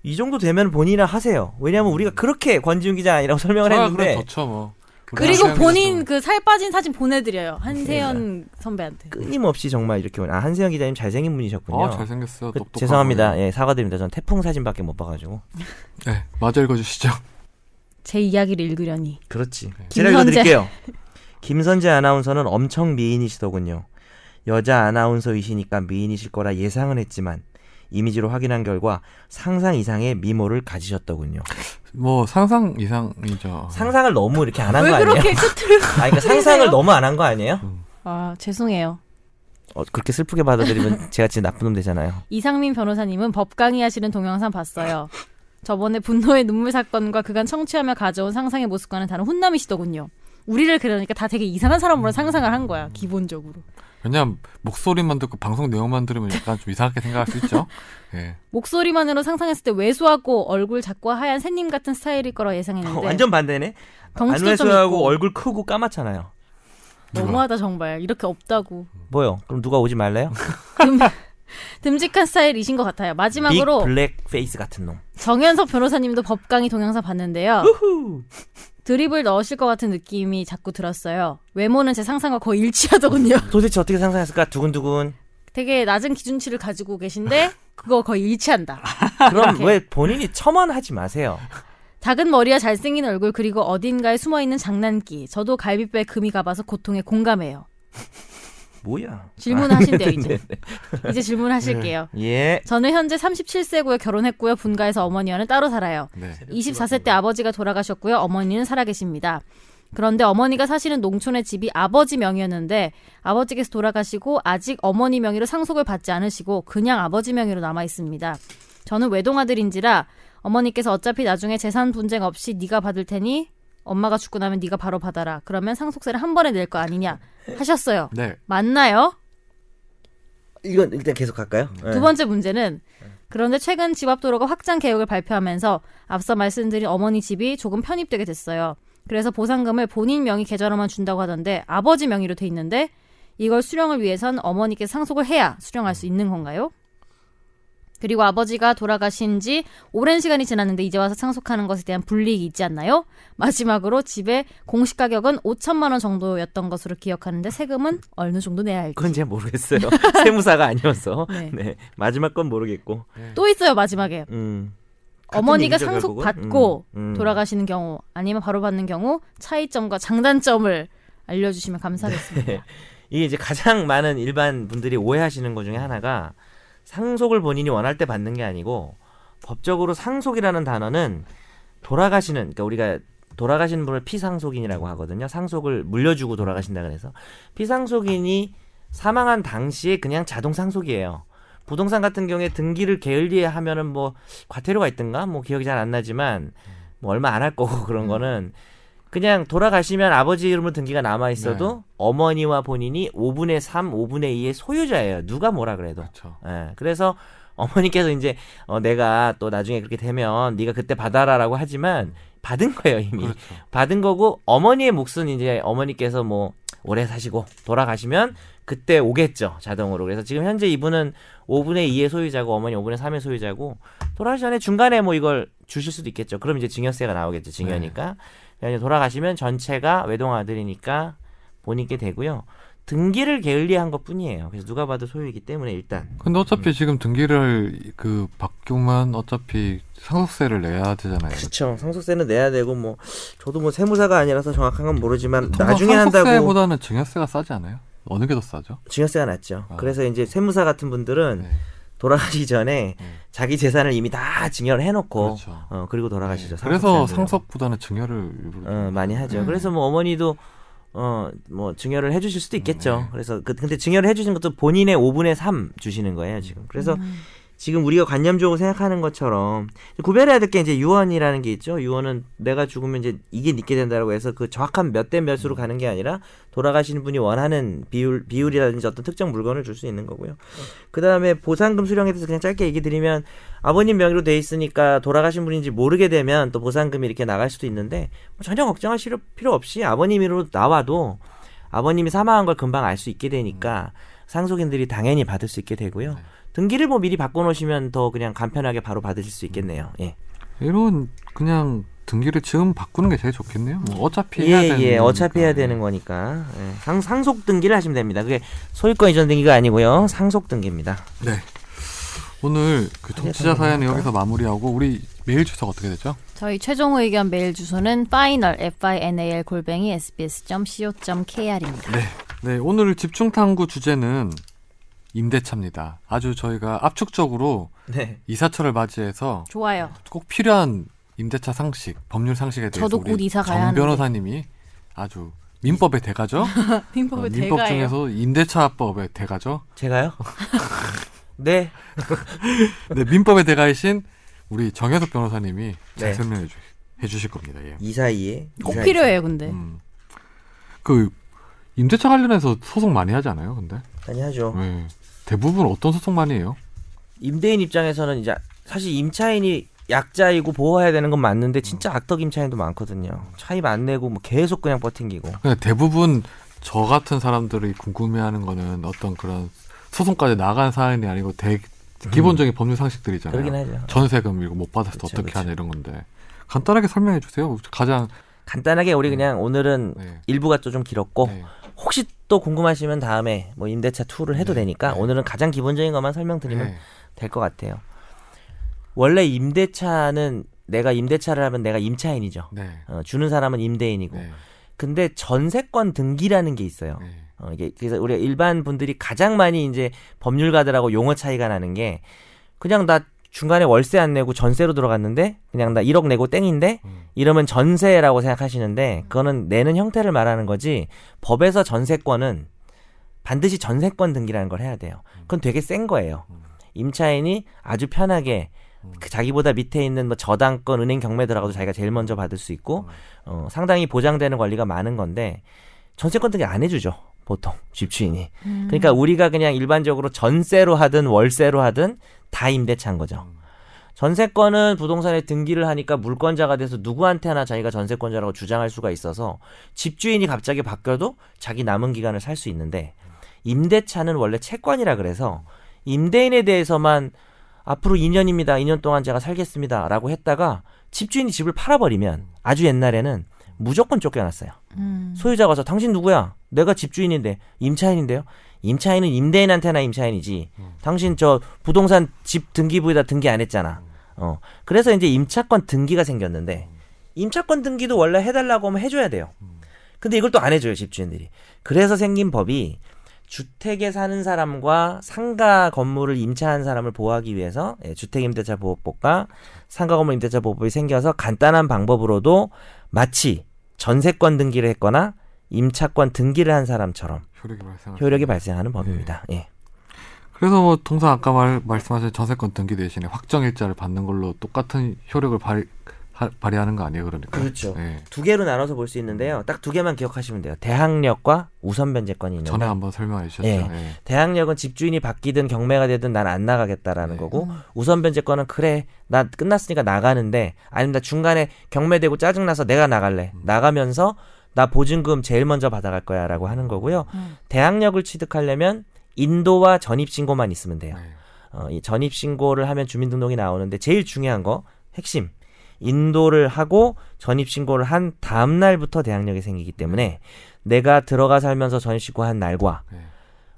Speaker 2: 이 정도 되면 본인이라 하세요. 왜냐면 우리가 그렇게 권지훈 기자 아니라고 (laughs) 설명을 했는데
Speaker 1: 그럼 좋죠 뭐. 우리
Speaker 3: 그리고
Speaker 1: 한세현
Speaker 3: 본인
Speaker 1: 기자
Speaker 3: 그 살 빠진 사진
Speaker 2: 네.
Speaker 3: 보내드려요. 한세현 선배한테.
Speaker 2: 끊임없이 정말 이렇게 오늘- 아 한세영 기자님 잘생긴
Speaker 1: 좀-
Speaker 2: 분이셨군요.
Speaker 1: 아, 잘 생겼어요.
Speaker 2: 그-
Speaker 1: 똑똑하고.
Speaker 2: 죄송합니다. 예, 사과드립니다. 전 태풍 사진밖에 못 봐가지고.
Speaker 1: 네, 마저 읽어주시죠. (laughs)
Speaker 3: 제 이야기를 읽으려니.
Speaker 2: 그렇지.
Speaker 3: 김선재.
Speaker 2: 제가
Speaker 3: (laughs)
Speaker 2: 읽어드릴게요. 김선재 아나운서는 엄청 미인이시더군요. 여자 아나운서이시니까 미인이실 거라 예상은 했지만 이미지로 확인한 결과 상상 이상의 미모를 가지셨더군요.
Speaker 1: 뭐 상상 이상이죠.
Speaker 2: 상상을 너무 이렇게 안 한 거
Speaker 3: 왜
Speaker 2: 아니에요?
Speaker 3: 그렇게 끝을?
Speaker 2: (laughs) 아, 그러니까 상상을 너무 안 한 거 아니에요?
Speaker 3: 아 죄송해요.
Speaker 2: 어, 그렇게 슬프게 받아들이면 제가 진짜 나쁜 놈 되잖아요.
Speaker 3: 이상민 변호사님은 법 강의하시는 동영상 봤어요. 저번에 분노의 눈물 사건과 그간 청취하며 가져온 상상의 모습과는 다른 훈남이시더군요. 우리를 그러니까 다 되게 이상한 사람으로 상상을 한 거야 기본적으로.
Speaker 1: 왜냐면 목소리만 듣고 방송 내용만 들으면 약간 좀 이상하게 생각할 수 (laughs) 있죠. 예.
Speaker 3: 목소리만으로 상상했을 때 왜소하고 얼굴 작고 하얀 새님 같은 스타일일 거라 예상했는데
Speaker 2: 어, 완전 반대네.
Speaker 3: 덩치도 좀
Speaker 2: 안외수하고
Speaker 3: 있고.
Speaker 2: 얼굴 크고 까맣잖아요.
Speaker 3: 너무하다 정말 이렇게 없다고
Speaker 2: 뭐요? 그럼 누가 오지 말래요?
Speaker 3: 듬직한 스타일이신 것 같아요. 마지막으로
Speaker 2: 빅 블랙 페이스 같은 놈.
Speaker 3: 정현석 변호사님도 법 강의 동영상 봤는데요. 드립을 넣으실 것 같은 느낌이 자꾸 들었어요. 외모는 제 상상과 거의 일치하더군요.
Speaker 2: (laughs) 도대체 어떻게 상상했을까? 두근두근.
Speaker 3: 되게 낮은 기준치를 가지고
Speaker 2: 아.
Speaker 3: 계신데 그거 거의 일치한다.
Speaker 2: 그럼 왜 본인이 첨언하지 마세요.
Speaker 3: 작은 머리와 잘생긴 얼굴 그리고 어딘가에 숨어있는 장난기. 저도 갈비뼈에 금이 가봐서 고통에 공감해요.
Speaker 2: 뭐야?
Speaker 3: 질문하신대요,
Speaker 2: 아,
Speaker 3: 이제.
Speaker 2: 네, 네, (laughs)
Speaker 3: 이제 질문하실게요.
Speaker 2: 네. 예.
Speaker 3: 저는 현재 37세고요. 결혼했고요. 분가에서 어머니와는 따로 살아요.
Speaker 1: 네.
Speaker 3: 24세 때 아버지가 돌아가셨고요. 어머니는 살아계십니다. 그런데 어머니가 사시는 농촌의 집이 아버지 명의였는데 아버지께서 돌아가시고 아직 어머니 명의로 상속을 받지 않으시고 그냥 아버지 명의로 남아 있습니다. 저는 외동아들인지라 어머니께서 어차피 나중에 재산 분쟁 없이 네가 받을 테니 엄마가 죽고 나면 네가 바로 받아라. 그러면 상속세를 한 번에 낼 거 아니냐 하셨어요.
Speaker 1: 네.
Speaker 3: 맞나요?
Speaker 2: 이건 일단 계속 할까요? 네.
Speaker 3: 두 번째 문제는 그런데 최근 집합도로가 확장 계획을 발표하면서 앞서 말씀드린 어머니 집이 조금 편입되게 됐어요. 그래서 보상금을 본인 명의 계좌로만 준다고 하던데 아버지 명의로 돼 있는데 이걸 수령을 위해선 어머니께 상속을 해야 수령할 수 있는 건가요? 그리고 아버지가 돌아가신 지 오랜 시간이 지났는데 이제 와서 상속하는 것에 대한 불이익이 있지 않나요? 마지막으로 집의 공시 가격은 5천만 원 정도였던 것으로 기억하는데 세금은 어느 정도 내야 할지.
Speaker 2: 그건 제가
Speaker 3: (laughs)
Speaker 2: 모르겠어요. 세무사가 아니어서.
Speaker 3: 네.
Speaker 2: 네. 마지막 건 모르겠고.
Speaker 3: 또 있어요 마지막에
Speaker 2: 음. 같은
Speaker 3: 어머니가
Speaker 2: 얘기죠,
Speaker 3: 상속
Speaker 2: 결국은?
Speaker 3: 받고
Speaker 2: 음, 음.
Speaker 3: 돌아가시는 경우 아니면 바로 받는 경우 차이점과 장단점을
Speaker 2: 네,
Speaker 3: 알려주시면 감사하겠습니다.
Speaker 2: 이게 이제 가장 많은 일반 분들이 오해하시는 것 중에 하나가 상속을 본인이 원할 때 받는 게 아니고 법적으로 상속이라는 단어는 돌아가시는 그러니까 우리가 돌아가신 분을 피상속인이라고 하거든요. 상속을 물려주고 돌아가신다 그래서 피상속인이 사망한 당시에 그냥 자동 상속이에요. 부동산 같은 경우에 등기를 게을리 하면은 뭐 과태료가 있든가 뭐 기억이 잘 안 나지만 뭐 얼마 안 할 거고 그런 거는 그냥 돌아가시면 아버지 이름으로 등기가 남아 있어도 어머니와 본인이 5분의 3, 5분의 2의 소유자예요. 누가 뭐라 그래도.
Speaker 1: 그렇죠.
Speaker 2: 예. 그래서 어머니께서 이제 어, 내가 또 나중에 그렇게 되면 네가 그때 받아라라고 하지만 받은 거예요 이미
Speaker 1: 그렇죠.
Speaker 2: 받은 거고 어머니의 몫은 이제 어머니께서 뭐 오래 사시고 돌아가시면 그때 오겠죠 자동으로 그래서 지금 현재 이분은 5분의 2의 소유자고 어머니 5분의 3의 소유자고 돌아가시 전에 중간에 뭐 이걸 주실 수도 있겠죠 그럼 이제 증여세가 나오겠죠 증여니까
Speaker 1: 네.
Speaker 2: 그냥 이제 돌아가시면 전체가 외동 아들이니까 본인께 되고요 등기를 게을리한 것뿐이에요 그래서 누가 봐도 소유이기 때문에 일단
Speaker 1: 근데 어차피 지금 등기를 그 바뀌면 어차피 상속세를 내야 되잖아요.
Speaker 2: 그렇죠. 상속세는 내야 되고 뭐 저도 뭐 세무사가 아니라서 정확한 건 모르지만
Speaker 1: 뭐 통상
Speaker 2: 나중에 한다고
Speaker 1: 상속세보다는 증여세가 싸지 않아요? 어느 게 더 싸죠?
Speaker 2: 증여세가 낮죠.
Speaker 1: 아.
Speaker 2: 그래서 이제 세무사 같은 분들은
Speaker 1: 네.
Speaker 2: 돌아가기 전에
Speaker 1: 네.
Speaker 2: 자기 재산을 이미 다 증여를 해놓고
Speaker 1: 그렇죠.
Speaker 2: 어 그리고 돌아가시죠.
Speaker 1: 그래서
Speaker 2: 상속세는.
Speaker 1: 상속보다는 증여를 일부러
Speaker 2: 어, 많이 하죠.
Speaker 3: 음.
Speaker 2: 그래서 뭐 어머니도 어 뭐 증여를 해주실 수도 있겠죠.
Speaker 1: 네.
Speaker 2: 그래서 그, 근데 증여를 해주신 것도 본인의 5분의 3 주시는 거예요 지금. 그래서
Speaker 3: 음.
Speaker 2: 지금 우리가 관념적으로 생각하는 것처럼 구별해야 될 게 이제 유언이라는 게 있죠. 유언은 내가 죽으면 이제 이게 니게 된다라고 해서 그 정확한 몇 대 몇으로 가는 게 아니라 돌아가시는 분이 원하는 비율 비율이라든지 어떤 특정 물건을 줄 수 있는 거고요. 그다음에 보상금 수령에 대해서 그냥 짧게 얘기 드리면 아버님 명의로 돼 있으니까 돌아가신 분인지 모르게 되면 또 보상금이 이렇게 나갈 수도 있는데 뭐 전혀 걱정할 필요- 필요 없이 아버님으로 나와도 아버님이 사망한 걸 금방 알 수 있게 되니까 상속인들이 당연히 받을 수 있게 되고요. 등기를 뭐 미리 바꿔놓으시면 더 그냥 간편하게 바로 받으실 수 있겠네요. 예.
Speaker 1: 이런 그냥 등기를 지금 바꾸는 게 제일 좋겠네요. 뭐 어차피 해야
Speaker 2: 예,
Speaker 1: 되는
Speaker 2: 예. 어차피 해야
Speaker 1: 거니까.
Speaker 2: 되는 거니까. 예. 상, 상속 등기를 하시면 됩니다. 그게 소유권 이전 등기가 아니고요. 상속 등기입니다.
Speaker 1: 네. 오늘 그 정치자 사연은 여기서 마무리하고 우리 메일 주소가 어떻게 되죠?
Speaker 3: 저희 최종 의견 메일 주소는 final f i n a l 골뱅이 s b s c o k r입니다.
Speaker 1: 네, 오늘 집중 탐구 주제는 임대차입니다. 아주 저희가 압축적으로
Speaker 2: 네.
Speaker 1: 이사철을 맞이해서
Speaker 3: 좋아요.
Speaker 1: 꼭 필요한 임대차 상식, 법률 상식에 대해서
Speaker 3: 저도
Speaker 1: 우리
Speaker 3: 곧 이사 가야
Speaker 1: 정
Speaker 3: 하는데.
Speaker 1: 변호사님이 아주 민법의 대가죠. 어,
Speaker 3: (laughs) 민법의
Speaker 1: 민법 중에서 임대차법의 대가죠.
Speaker 2: (laughs) 제가요? 네.
Speaker 1: 네, 민법의 대가이신 우리 정현석 변호사님이 잘
Speaker 2: 네.
Speaker 1: 설명해 주, 해주실 겁니다. 예.
Speaker 2: 이사이에.
Speaker 3: 꼭 필요해요,
Speaker 2: 네.
Speaker 3: 근데.
Speaker 1: 음. 그 임대차 관련해서 소송 많이 하지 않아요? 근데
Speaker 2: 많이 하죠.
Speaker 1: 네. 대부분 어떤 소송 많이 해요?
Speaker 2: 음. 임대인 입장에서는 이제 사실 임차인이 약자이고 보호해야 되는 건 맞는데 진짜 악덕 임차인도 많거든요. 차입 안 내고 뭐 계속 그냥 버팅기고.
Speaker 1: 그냥 그러니까 대부분 저 같은 사람들이 궁금해하는 거는 어떤 그런 소송까지 나간 사안이 아니고 대, 기본적인 법률 상식들이잖아요.
Speaker 2: 음. 그러긴 하죠.
Speaker 1: 전세금 이거 못 받았을 때
Speaker 2: 그쵸,
Speaker 1: 어떻게
Speaker 2: 그쵸.
Speaker 1: 하냐 이런 건데 간단하게 설명해 주세요. 가장
Speaker 2: 간단하게 우리 그냥 오늘은
Speaker 1: 네.
Speaker 2: 일부가 또 좀 길었고
Speaker 1: 네.
Speaker 2: 혹시 또 궁금하시면 다음에 뭐 임대차 투를 해도
Speaker 1: 네,
Speaker 2: 되니까
Speaker 1: 네.
Speaker 2: 오늘은 가장 기본적인 것만 설명드리면
Speaker 1: 네.
Speaker 2: 될 것 같아요. 원래 임대차는 내가 임대차를 하면 내가 임차인이죠.
Speaker 1: 네.
Speaker 2: 어, 주는 사람은 임대인이고.
Speaker 1: 네.
Speaker 2: 근데 전세권 등기라는 게 있어요.
Speaker 1: 네.
Speaker 2: 어, 이게 그래서 우리가 일반 분들이 가장 많이 이제 법률가들하고 용어 차이가 나는 게 그냥 나 중간에 월세 안 내고 전세로 들어갔는데 그냥 나 1억 내고 땡인데
Speaker 1: 음.
Speaker 2: 이러면 전세라고 생각하시는데 그거는 내는 형태를 말하는 거지 법에서 전세권은 반드시 전세권 등기라는 걸 해야 돼요. 그건 되게 센 거예요. 임차인이 아주 편하게 그 자기보다 밑에 있는 뭐 저당권 은행 경매 들어가도 자기가 제일 먼저 받을 수 있고 어, 상당히 보장되는 권리가 많은 건데 전세권 등기 안 해주죠. 보통 집주인이. 그러니까 우리가 그냥 일반적으로 전세로 하든 월세로 하든 다 임대차인 거죠. 전세권은 부동산에 등기를 하니까 물권자가 돼서 누구한테나 자기가 전세권자라고 주장할 수가 있어서 집주인이 갑자기 바뀌어도 자기 남은 기간을 살 수 있는데 임대차는 원래 채권이라 그래서 임대인에 대해서만 앞으로 2년입니다. 2년 동안 제가 살겠습니다라고 했다가 집주인이 집을 팔아버리면 아주 옛날에는 무조건 쫓겨났어요.
Speaker 3: 음.
Speaker 2: 소유자가 와서 당신 누구야? 내가 집주인인데 임차인인데요. 임차인은 임대인한테나 임차인이지. 당신 저 부동산 집 등기부에다 등기 안 했잖아. 어. 그래서 이제 임차권 등기가 생겼는데 임차권 등기도 원래 해달라고 하면 해줘야 돼요. 근데 이걸 또 안 해줘요 집주인들이. 그래서 생긴 법이 주택에 사는 사람과 상가 건물을 임차한 사람을 보호하기 위해서 예, 주택임대차 보호법과 상가 건물 임대차 보호법이 생겨서 간단한 방법으로도 마치 전세권 등기를 했거나 임차권 등기를 한 사람처럼
Speaker 1: 효력이 발생하죠.
Speaker 2: 효력이 발생하는 법입니다. 예.
Speaker 1: 그래서 뭐 통상 아까 말, 말씀하신 전세권 등기 대신에 확정일자를 받는 걸로 똑같은 효력을 발휘, 하, 발휘하는 거 아니에요, 그러니까?
Speaker 2: 그렇죠.
Speaker 1: 예.
Speaker 2: 두 개로 나눠서 볼 수 있는데요. 딱 두 개만 기억하시면 돼요. 대항력과 우선 변제권이 있는데
Speaker 1: 전에 한번 설명해 주셨죠.
Speaker 2: 예.
Speaker 1: 예.
Speaker 2: 대항력은 집주인이 바뀌든 경매가 되든 난 안 나가겠다라는
Speaker 1: 네.
Speaker 2: 거고 우선 변제권은 그래 나 끝났으니까 나가는데 아니면 나 중간에 경매되고 짜증나서 내가 나갈래 나가면서 나 보증금 제일 먼저 받아갈 거야라고 하는 거고요
Speaker 3: 음.
Speaker 2: 대항력을 취득하려면 인도와 전입신고만 있으면 돼요
Speaker 1: 네.
Speaker 2: 어, 이 전입신고를 하면 주민등록이 나오는데 제일 중요한 거 핵심 인도를 하고 전입신고를 한 다음 날부터 대항력이 생기기 때문에 내가 들어가 살면서 전입신고 한 날과
Speaker 1: 네.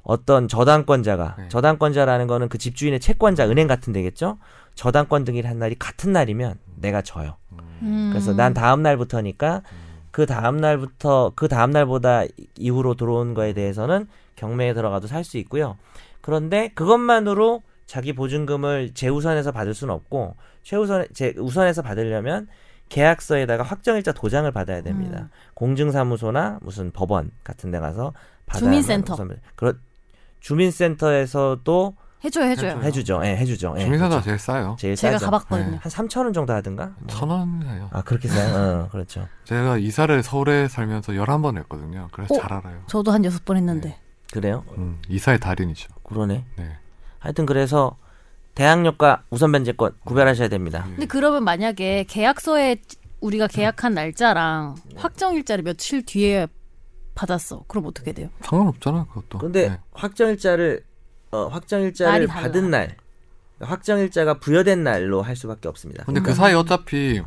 Speaker 2: 어떤 저당권자가
Speaker 1: 네.
Speaker 2: 저당권자라는 거는 그 집주인의 채권자 은행 같은 데겠죠 저당권 등기를 한 날이 같은 날이면 내가 져요
Speaker 3: 음.
Speaker 2: 그래서 난 다음 날부터니까 그 다음 날부터 그 다음 날보다 이후로 들어온 거에 대해서는 경매에 들어가도 살 수 있고요. 그런데 그것만으로 자기 보증금을 재우선해서 받을 수는 없고 최우선 제 우선해서 받으려면 계약서에다가 확정일자 도장을 받아야 됩니다.
Speaker 3: 음.
Speaker 2: 공증사무소나 무슨 법원 같은 데 가서 받아야
Speaker 3: 주민센터.
Speaker 2: 그렇 주민센터에서도
Speaker 3: 해줘요, 해줘요.
Speaker 2: 해주죠. 예, 해주죠. 예,
Speaker 1: 음. 네. 주민센터
Speaker 2: 그렇죠.
Speaker 1: 제일 싸요.
Speaker 2: 제일
Speaker 3: 제가
Speaker 2: 싸죠.
Speaker 3: 가봤거든요.
Speaker 1: 네.
Speaker 2: 한 3천 원 정도 하든가. 뭐.
Speaker 1: 천 원이에요.
Speaker 2: 아 그렇게 싸요. 어, 그렇죠.
Speaker 1: 제가 이사를 서울에 살면서 11번 했거든요. 그래서
Speaker 3: 어?
Speaker 1: 잘 알아요.
Speaker 3: 저도 한 여섯 번 했는데.
Speaker 2: 네. 그래요?
Speaker 1: 음, 이사의 달인이죠.
Speaker 2: 그러네.
Speaker 1: 네.
Speaker 2: 하여튼 그래서 대항력과 우선 변제권 구별하셔야 됩니다.
Speaker 3: 근데 그러면 만약에 계약서에 우리가
Speaker 2: 음.
Speaker 3: 계약한 날짜랑
Speaker 2: 네.
Speaker 3: 확정일자를 며칠 뒤에 받았어. 그럼 어떻게 돼요?
Speaker 1: 상관없잖아, 그것도.
Speaker 2: 근데
Speaker 1: 네.
Speaker 2: 확정일자를 어,
Speaker 3: 날이
Speaker 2: 확정일자를
Speaker 3: 달라.
Speaker 2: 받은 날, 확정일자가 부여된 날로 할 수밖에 없습니다.
Speaker 1: 근데 그 사이 어차피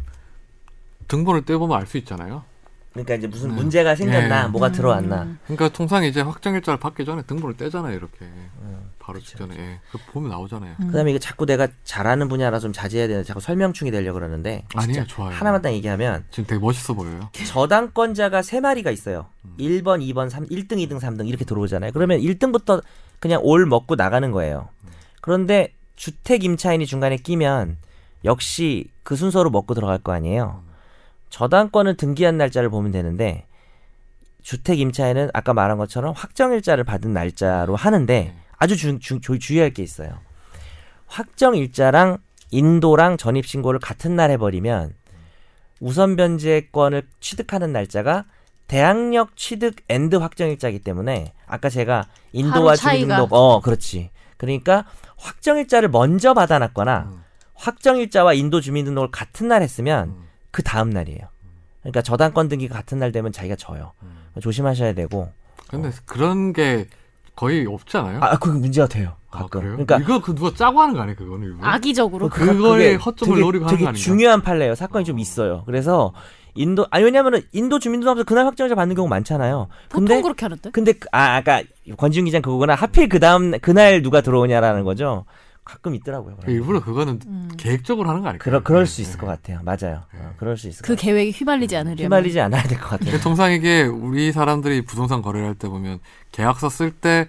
Speaker 1: 등본을 떼보면 알 수 있잖아요.
Speaker 2: 그러니까 이제 무슨 문제가 생겼나,
Speaker 1: 네.
Speaker 2: 뭐가
Speaker 3: 음,
Speaker 2: 들어왔나.
Speaker 1: 그러니까 통상 이제 확정일자를 받기 전에 등본을 떼잖아요, 이렇게. 바로 직전에. 예. 그 보면 나오잖아요.
Speaker 2: 네, 그다음에 이게 자꾸 내가 잘하는 분야라서 좀 자제해야 되는 자꾸 설명충이 되려 고 그러는데
Speaker 1: 아니에요, 좋아요.
Speaker 2: 하나만 딱 얘기하면
Speaker 1: 지금 되게 멋있어 보여요.
Speaker 2: (laughs) 저당권자가 세마리가 있어요. 1번, 2번, 3, 1등, 2등, 3등 이렇게 들어오잖아요. 그러면 1등부터 그냥 올 먹고 나가는 거예요. 그런데 주택 임차인이 중간에 끼면 역시 그 순서로 먹고 들어갈 거 아니에요. 저당권을 등기한 날짜를 보면 되는데 주택 임차인은 아까 말한 것처럼 확정일자를 받은 날짜로
Speaker 1: 네.
Speaker 2: 하는데 아주 주, 주, 주, 주의할 게 있어요. 확정일자랑 인도랑 전입신고를 같은 날 해버리면 우선 변제권을 취득하는 날짜가 대항력 취득 앤드 확정일자이기 때문에 아까 제가 인도와
Speaker 3: 하루 차이가.
Speaker 2: 주민등록 어 그렇지 그러니까 확정일자를 먼저 받아놨거나
Speaker 1: 음.
Speaker 2: 확정일자와 인도 주민등록을 같은 날 했으면
Speaker 1: 음.
Speaker 2: 그 다음 날이에요 그러니까 저당권 등기가 같은 날 되면 자기가 져요
Speaker 1: 음.
Speaker 2: 조심하셔야 되고
Speaker 1: 근데 그런 게 거의 없지 않아요?
Speaker 2: 어. 아 그게 문제가 돼요
Speaker 1: 네? 아,
Speaker 2: 가끔
Speaker 1: 그래요?
Speaker 2: 그러니까
Speaker 1: 이거 그 누가 짜고 하는 거 아니에요, 그거는 일부러?
Speaker 3: 악의적으로.
Speaker 1: 그- 그거에
Speaker 2: 네. 어, 그게
Speaker 1: 허점을
Speaker 2: 되게-
Speaker 1: 노리고 하는
Speaker 2: 되게
Speaker 1: 거 아닌가?
Speaker 2: 중요한 판례예요. 사건이 좀 있어요. 그래서 인도 아니 왜냐면은 인도 주민등록서 그날 확정일자 받는 경우 많잖아요.
Speaker 3: 보통
Speaker 2: 근데
Speaker 3: 그렇게 하는데?
Speaker 2: 근데 그- 아 아까 권지훈 기자 그거구나. 하필 그다음 그날 누가 들어오냐라는 거죠. 가끔 있더라고요.
Speaker 1: 그 네, 일부러 그거는
Speaker 3: 음.
Speaker 1: 계획적으로 하는 거 아닐까요? 음.
Speaker 2: 그러, 그럴 수 있을 것 같아요. 맞아요.
Speaker 1: 네.
Speaker 2: 어, 그럴 수 있을
Speaker 3: 그
Speaker 2: 것 같아요.
Speaker 3: 계획이 휘말리지 않으려면.
Speaker 2: 휘말리지 않아야 될 것 같아요.
Speaker 1: 근데 통상 이게 우리 사람들이 부동산 거래를 할 때 보면 계약서 쓸 때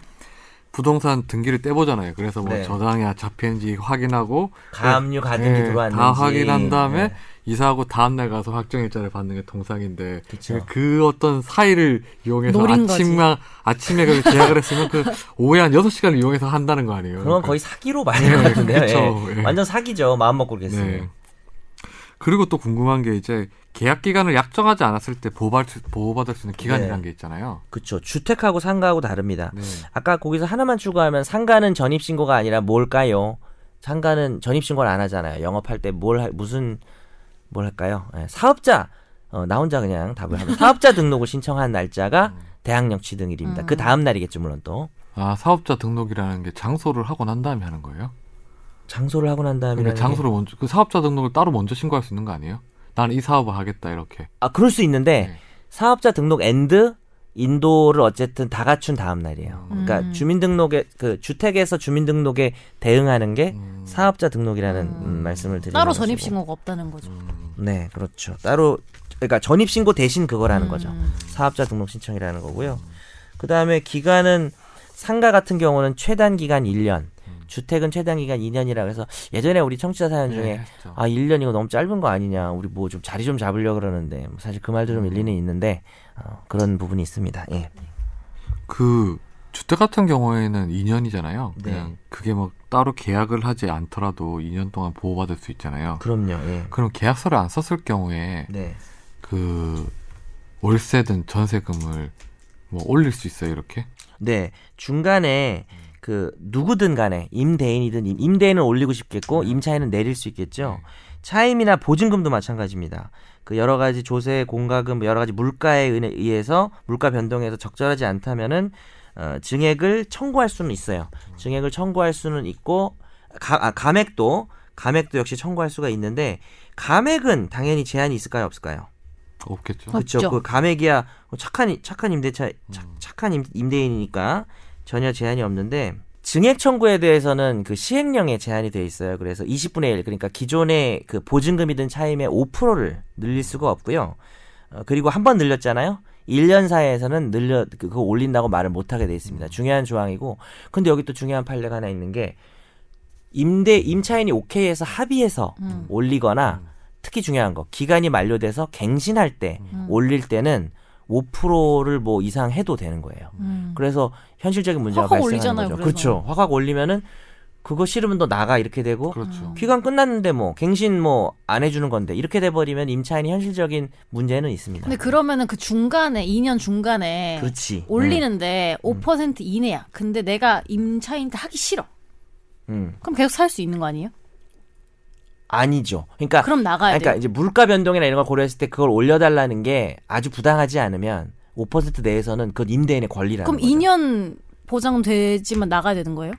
Speaker 1: 부동산 등기를 떼보잖아요. 그래서 뭐
Speaker 2: 네.
Speaker 1: 저당이 잡히는지 확인하고
Speaker 2: (laughs) 가압류 가등기
Speaker 1: 예,
Speaker 2: 들어왔는지
Speaker 1: 다 확인한 다음에
Speaker 2: 네.
Speaker 1: 이사하고 다음 날 가서 확정일자를 받는 게 통상인데
Speaker 2: 그쵸.
Speaker 1: 그 어떤 사이를 이용해서
Speaker 3: 노린 거지.
Speaker 1: 아침만 아침에 그 계약을 했으면
Speaker 2: (laughs)
Speaker 1: 그 오후에 한 여섯 시간을 이용해서 한다는 거 아니에요? 그러니까.
Speaker 2: 그건 거의 사기로 말하는 것 같은데요.
Speaker 1: 네. 그쵸.
Speaker 2: 예.
Speaker 1: 예.
Speaker 2: 완전 사기죠. 마음 먹고 그랬으면.
Speaker 1: 네. 그리고 또 궁금한 게 이제 계약 기간을 약정하지 않았을 때 보호받을 수, 보호받을 수 있는 기간이라는
Speaker 2: 네.
Speaker 1: 게 있잖아요.
Speaker 2: 그쵸. 주택하고 상가하고 다릅니다.
Speaker 1: 네.
Speaker 2: 아까 거기서 하나만 추가하면 상가는 전입신고가 아니라 뭘까요? 상가는 전입신고를 안 하잖아요. 영업할 때 뭘, 할- 무슨, 뭘 할까요? 예, 사업자! 어, 나 혼자 그냥 답을
Speaker 1: (laughs)
Speaker 2: 하면 사업자 등록을
Speaker 1: 음.
Speaker 2: 신청한 날짜가 대학령 취등일입니다. 그 다음 날이겠죠, 물론 또.
Speaker 1: 아 사업자 등록이라는 게 장소를 하고 난 다음에 하는 거예요?
Speaker 2: 장소를 하고 난 다음에.
Speaker 1: 그러니까 장소를 먼저 그 사업자 등록을 따로 먼저 신고할 수 있는 거 아니에요? 나는 이 사업을 하겠다 이렇게.
Speaker 2: 아, 그럴 수 있는데,
Speaker 1: 네.
Speaker 2: 사업자 등록 앤드 인도를 어쨌든 다 갖춘 다음 날이에요. 그러니까
Speaker 3: 음.
Speaker 2: 주민등록에, 그 주택에서 주민등록에 대응하는 게
Speaker 1: 음,
Speaker 2: 사업자 등록이라는
Speaker 3: 음.
Speaker 2: 음, 말씀을 드리는
Speaker 3: 따로
Speaker 2: 것이고.
Speaker 3: 전입신고가 없다는 거죠.
Speaker 1: 음,
Speaker 2: 네, 그렇죠. 따로 그러니까 전입 신고 대신 그거라는
Speaker 3: 음.
Speaker 2: 거죠. 사업자 등록 신청이라는 거고요. 그다음에 기간은 상가 같은 경우는 최단 기간 1년,
Speaker 1: 음.
Speaker 2: 주택은 최단 기간 2년이라고 해서 예전에 우리 청취자 사연
Speaker 1: 네,
Speaker 2: 중에
Speaker 1: 했죠.
Speaker 2: 아, 1년 이거 너무 짧은 거 아니냐. 우리 뭐 좀 자리 좀 잡으려 그러는데 뭐 사실 그 말도 좀 일리는 있는데 어, 그런 부분이 있습니다. 예.
Speaker 1: 그 주택 같은 경우에는 2년이잖아요. 그냥
Speaker 2: 네.
Speaker 1: 그게 막 따로 계약을 하지 않더라도 2년 동안 보호받을 수 있잖아요.
Speaker 2: 그럼요. 예.
Speaker 1: 그럼 계약서를 안 썼을 경우에
Speaker 2: 네.
Speaker 1: 그 월세든 전세금을 뭐 올릴 수 있어요 이렇게?
Speaker 2: 네. 중간에 그 누구든 간에 임대인이든 임- 임대인은 올리고 싶겠고 임차인은 내릴 수 있겠죠. 차임이나 보증금도 마찬가지입니다. 그 여러 가지 조세, 공과금, 뭐 여러 가지 물가에 의해- 의해서 물가 변동에서 적절하지 않다면은 어, 증액을 청구할 수는 있어요. 증액을 청구할 수는 있고 가, 아, 감액도 감액도 역시 청구할 수가 있는데 감액은 당연히 제한이 있을까요, 없을까요?
Speaker 1: 없겠죠.
Speaker 3: 어.
Speaker 2: 그렇죠. 음.
Speaker 3: 없죠.
Speaker 2: 그 감액이야 착한 착한 임대차 착, 착한 임- 임대인이니까 전혀 제한이 없는데 증액 청구에 대해서는 그 시행령에 제한이 돼 있어요. 그래서 20분의 1 그러니까 기존의 그 보증금이든 차임의 5%를 늘릴 수가 없고요. 어, 그리고 한 번 늘렸잖아요. 1년 사이에서는 늘려 그- 그거 올린다고 말을 못 하게 돼
Speaker 3: 음.
Speaker 2: 있습니다. 중요한 조항이고 근데 여기 또 중요한 판례가 하나 있는 게 임대 임차인이 오케이해서 합의해서
Speaker 3: 음.
Speaker 2: 올리거나 특히 중요한 거 기간이 만료돼서 갱신할 때
Speaker 3: 음.
Speaker 2: 올릴 때는 5%를 뭐 이상 해도 되는 거예요.
Speaker 3: 음.
Speaker 2: 그래서 현실적인 문제가
Speaker 3: 확확
Speaker 2: 발생하는
Speaker 3: 올리잖아요,
Speaker 2: 거죠.
Speaker 3: 그래서.
Speaker 2: 그렇죠. 화각 올리면은 그거 싫으면 너 나가 이렇게 되고
Speaker 1: 그렇죠.
Speaker 2: 기간 끝났는데 뭐 갱신 뭐 안 해주는 건데 이렇게 돼버리면 임차인이 현실적인 문제는 있습니다.
Speaker 3: 근데 그러면은 그 중간에 2년 중간에
Speaker 2: 그렇지. 음.
Speaker 3: 올리는데 5% 이내야. 근데 내가 임차인한테 하기 싫어.
Speaker 2: 네. 음.
Speaker 3: 그럼 계속 살 수 있는 거 아니에요?
Speaker 2: 아니죠. 그러니까
Speaker 3: 그럼 나가야
Speaker 2: 그러니까
Speaker 3: 돼.
Speaker 2: 이제 물가 변동이나 이런 걸 고려했을 때 그걸 올려달라는 게 아주 부당하지 않으면 5% 내에서는 그건 임대인의 권리라는
Speaker 3: 그럼
Speaker 2: 거죠.
Speaker 3: 2년 보장되지만 나가야 되는 거예요?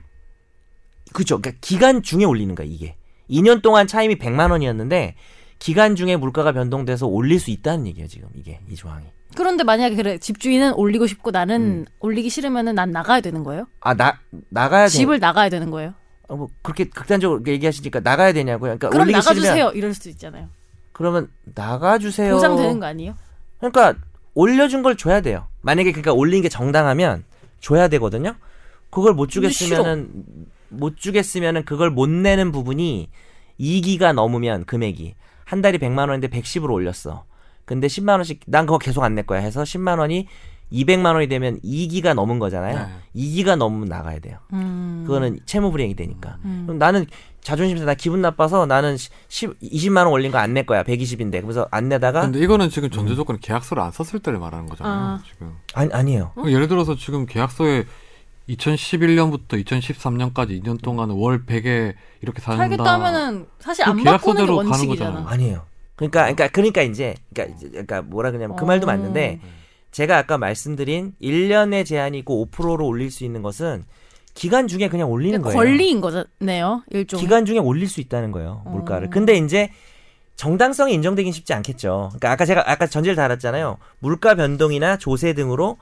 Speaker 2: 그죠. 그러니까 기간 중에 올리는 거야 이게. 2년 동안 차임이 100만 원이었는데 기간 중에 물가가 변동돼서 올릴 수 있다는 얘기예요 지금 이게 이 조항이.
Speaker 3: 그런데 만약에 그래 집주인은 올리고
Speaker 2: 음.
Speaker 3: 싶고 나는 올리기 싫으면은 난 나가야 되는 거예요?
Speaker 2: 아 나 나가야 돼.
Speaker 3: 집을 나가야 되는 거예요?
Speaker 2: 어, 뭐 그렇게 극단적으로 얘기하시니까 나가야 되냐고요. 그러니까
Speaker 3: 그럼
Speaker 2: 올리기
Speaker 3: 나가주세요.
Speaker 2: 싫으면
Speaker 3: 이럴 수도 있잖아요.
Speaker 2: 그러면 나가주세요.
Speaker 3: 보장되는 거 아니에요?
Speaker 2: 그러니까 올려준 걸 줘야 돼요. 만약에 그러니까 올린 게 정당하면 줘야 되거든요. 그걸 못
Speaker 3: 근데
Speaker 2: 주겠으면은 못 주겠으면은 그걸 못 내는 부분이 2기가 넘으면 금액이 한 달이 100만 원인데 110으로 올렸어. 근데 10만 원씩 난 그거 계속 안 낼 거야 해서 10만 원이 200만 원이 되면 2기가 넘은 거잖아요.
Speaker 1: 네.
Speaker 2: 2기가 넘으면 나가야 돼요.
Speaker 3: 음.
Speaker 2: 그거는 채무 불이행이 되니까. 그럼 나는 자존심에서 나 기분 나빠서 나는 10 20만 원 올린 거 안 낼 거야. 120인데. 그래서 안 내다가
Speaker 1: 근데 이거는 지금 전제 조건은 계약서를 안 썼을 때를 말하는 거잖아요.
Speaker 3: 아.
Speaker 1: 지금
Speaker 2: 아. 음. 아니 아니에요.
Speaker 1: 그럼 예를 들어서 지금 계약서에 2011년부터 2013년까지 2년 동안 월 100에 이렇게 산다.
Speaker 3: 살겠다 하면은 사실
Speaker 1: 아, 그
Speaker 3: 안 바꾸는 게
Speaker 1: 계약서대로 가는
Speaker 3: 원칙이잖아.
Speaker 1: 거잖아요.
Speaker 2: 아니에요. 그러니까 그러니까 그러니까 이제 그러니까 이제 그러니까 뭐라 그러냐면 그 말도
Speaker 3: 어.
Speaker 2: 맞는데 제가 아까 말씀드린 1년의 제한이 있고 5%로 올릴 수 있는 것은 기간 중에 그냥 올리는 거예요.
Speaker 3: 권리인 어. 거잖아요. 일종.
Speaker 2: 기간 중에 올릴 수 있다는 거예요. 물가를. 근데 이제 정당성이 인정되긴 쉽지 않겠죠. 그러니까 아까 제가 아까 전제를 달았잖아요. 물가 변동이나 조세 등으로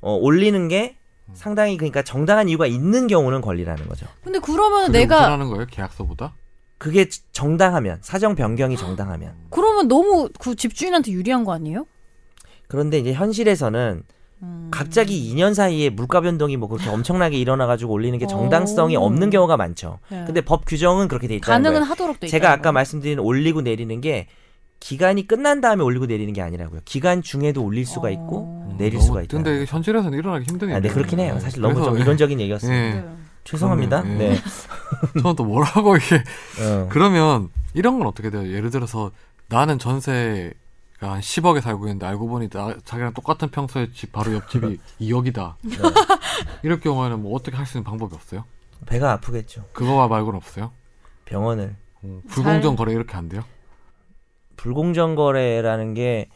Speaker 2: 어, 올리는 게 상당히 그러니까 정당한 이유가 있는 경우는 권리라는 거죠.
Speaker 3: 근데 그러면
Speaker 1: 그게
Speaker 3: 내가
Speaker 1: 우선하는 거예요 계약서보다?
Speaker 2: 그게 정당하면 사정 변경이 정당하면
Speaker 3: 그러면 너무 그 집주인한테 유리한 거 아니에요?
Speaker 2: 그런데 이제 현실에서는
Speaker 3: 음.
Speaker 2: 갑자기 2년 사이에 물가 변동이 뭐 그렇게 엄청나게 일어나가지고 올리는 게 정당성이
Speaker 3: 오.
Speaker 2: 없는 경우가 많죠.
Speaker 3: 네.
Speaker 2: 근데 법 규정은 그렇게 돼 있다는
Speaker 3: 가능은
Speaker 2: 거예요.
Speaker 3: 하도록 돼 있다.
Speaker 2: 제가 아까 말씀드린 올리고 내리는 게 기간이 끝난 다음에 올리고 내리는 게 아니라고요. 기간 중에도 올릴
Speaker 3: 어.
Speaker 2: 수가 있고
Speaker 1: 음,
Speaker 2: 내릴
Speaker 1: 너무-
Speaker 2: 수가 있다.
Speaker 1: 근데 현실에서는 일어나기 힘드네요.
Speaker 2: 아, 네 그렇긴 해요. 사실 너무
Speaker 1: 그래서-
Speaker 2: 좀 이론적인 얘기였어요.
Speaker 3: 네.
Speaker 1: 예.
Speaker 2: 음. 죄송합니다.
Speaker 1: 그러네.
Speaker 2: 네.
Speaker 1: 저는 (laughs) 또 뭐라고 이게
Speaker 2: 어.
Speaker 1: 그러면 이런 건 어떻게 돼요? 예를 들어서 나는 전세가 한 10억에 살고 있는데 알고 보니 나 자기랑 똑같은 평소의 집 바로
Speaker 2: (laughs)
Speaker 1: 옆집이 2억이다.
Speaker 2: 네.
Speaker 1: 이럴 경우에는 뭐 어떻게 할 수 있는 방법이 없어요?
Speaker 2: 배가 아프겠죠.
Speaker 1: 그거와 말고는 없어요?
Speaker 2: 병원을
Speaker 1: 음, 불공정 거래 이렇게 안 돼요?
Speaker 2: 불공정 거래라는 게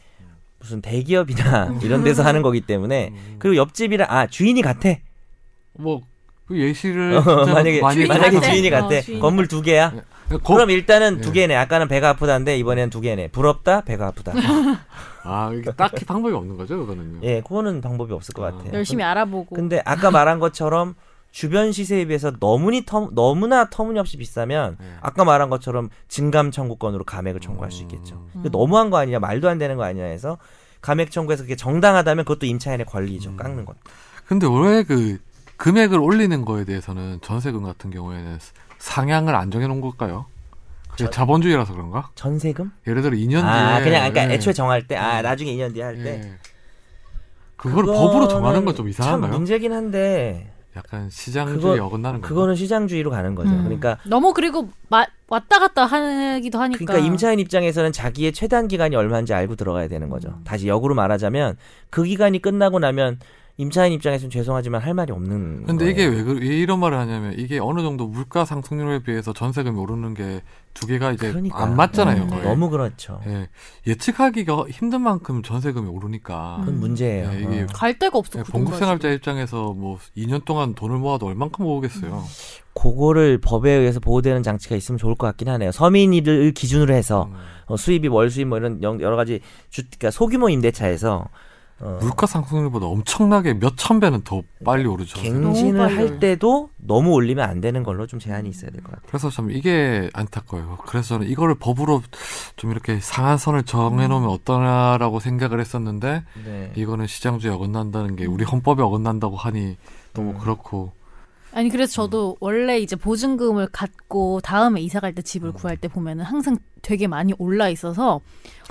Speaker 2: 무슨 대기업이나 (laughs) 이런 데서 하는 거기 때문에
Speaker 1: 음.
Speaker 2: 그리고 옆집이라 아 주인이 같아
Speaker 1: 뭐그 예시를
Speaker 2: 어,
Speaker 1: 진짜
Speaker 2: (laughs) 만약에
Speaker 1: 많이
Speaker 2: 만약에
Speaker 1: 들어서-
Speaker 3: 같아.
Speaker 2: 주인이 같아
Speaker 3: 어, 주인이
Speaker 2: 건물 두 개야
Speaker 1: 거-
Speaker 2: 그럼 일단은
Speaker 1: 예.
Speaker 2: 두 개네 아까는 배가 아프다는데 이번에는 두 개네 부럽다
Speaker 1: (laughs)
Speaker 2: 배가 아프다
Speaker 1: 아 이게 딱히 방법이 없는 거죠 그거는요.
Speaker 2: 예 그거는 방법이 없을 것
Speaker 1: 아.
Speaker 2: 같아요
Speaker 3: 열심히 알아보고.
Speaker 2: 근데 아까 말한 것처럼 주변 시세에 비해서 너무니 터, 너무나 터무니없이 비싸면
Speaker 1: 네.
Speaker 2: 아까 말한 것처럼 증감 청구권으로 감액을 청구할 수 있겠죠. 근데
Speaker 3: 음.
Speaker 2: 너무한 거 아니냐, 말도 안 되는 거 아니냐 해서 감액 청구해서 그게 정당하다면 그것도 임차인의 권리죠.
Speaker 1: 음.
Speaker 2: 깎는 건.
Speaker 1: 근데 원래 그 금액을 올리는 거에 대해서는 전세금 같은 경우에는 상향을 안 정해놓은 걸까요? 그게 자본주의라서 그런가?
Speaker 2: 전세금?
Speaker 1: 예를 들어 2년 뒤에
Speaker 2: 아, 그냥 그러니까
Speaker 1: 예,
Speaker 2: 애초에 정할 때, 아
Speaker 1: 음.
Speaker 2: 나중에 2년 뒤에 할 때.
Speaker 1: 예. 그걸 법으로 정하는 건 좀
Speaker 2: 참
Speaker 1: 이상한가요?
Speaker 2: 문제긴 한데
Speaker 1: 약간 시장주의
Speaker 2: 그거-
Speaker 1: 어긋나는 거.
Speaker 2: 그거는 시장주의로 가는 거죠.
Speaker 3: 음.
Speaker 2: 그러니까
Speaker 3: 너무 그리고 마- 왔다 갔다 하기도 하니까.
Speaker 2: 그러니까 임차인 입장에서는 자기의 최단 기간이 얼마인지 알고 들어가야 되는 거죠.
Speaker 3: 음.
Speaker 2: 다시 역으로 말하자면 그 기간이 끝나고 나면 임차인 입장에서는 죄송하지만 할 말이 없는
Speaker 1: 근데
Speaker 2: 거예요.
Speaker 1: 이게 왜, 그- 왜 이런 말을 하냐면 이게 어느 정도 물가 상승률에 비해서 전세금이 오르는 게 두 개가 이제
Speaker 2: 그러니까.
Speaker 1: 안 맞잖아요.
Speaker 3: 음,
Speaker 1: 거의.
Speaker 2: 너무 그렇죠.
Speaker 1: 예. 예측하기가 힘든 만큼 전세금이 오르니까
Speaker 2: 그건
Speaker 3: 음.
Speaker 2: 문제예요.
Speaker 1: 예, 이게
Speaker 2: 어.
Speaker 3: 갈 데가 없어.
Speaker 1: 예,
Speaker 3: 그
Speaker 1: 봉급
Speaker 3: 돈가지고.
Speaker 1: 생활자 입장에서 뭐 2년 동안 돈을 모아도 얼만큼 모으겠어요.
Speaker 2: 그거를 법에 의해서 보호되는 장치가 있으면 좋을 것 같긴 하네요. 서민이를 기준으로 해서
Speaker 1: 음.
Speaker 2: 어, 수입이 월 수입 뭐 이런 영- 여러 가지 주 그러니까 소규모 임대차에서 어,
Speaker 1: 물가 상승률보다 엄청나게 몇 천 배는 더 빨리 오르죠.
Speaker 3: 너무
Speaker 2: 갱신을
Speaker 3: 빨라요.
Speaker 2: 할 때도 너무 올리면 안 되는 걸로 좀 제한이 있어야 될 것 같아요.
Speaker 1: 그래서 참 이게 안타까워요. 그래서 저는 이거를 법으로 좀 이렇게 상한선을 정해놓으면 어떠냐라고 생각을 했었는데 이거는 시장주의 어긋난다는 게 우리 헌법에 어긋난다고 하니
Speaker 3: 뭐
Speaker 1: 너무 그렇고
Speaker 3: 아니
Speaker 1: 음.
Speaker 3: 그래서 저도 원래 이제 보증금을 갖고 다음에 이사 갈 때 집을 구할 때 보면은 항상 되게 많이 올라 있어서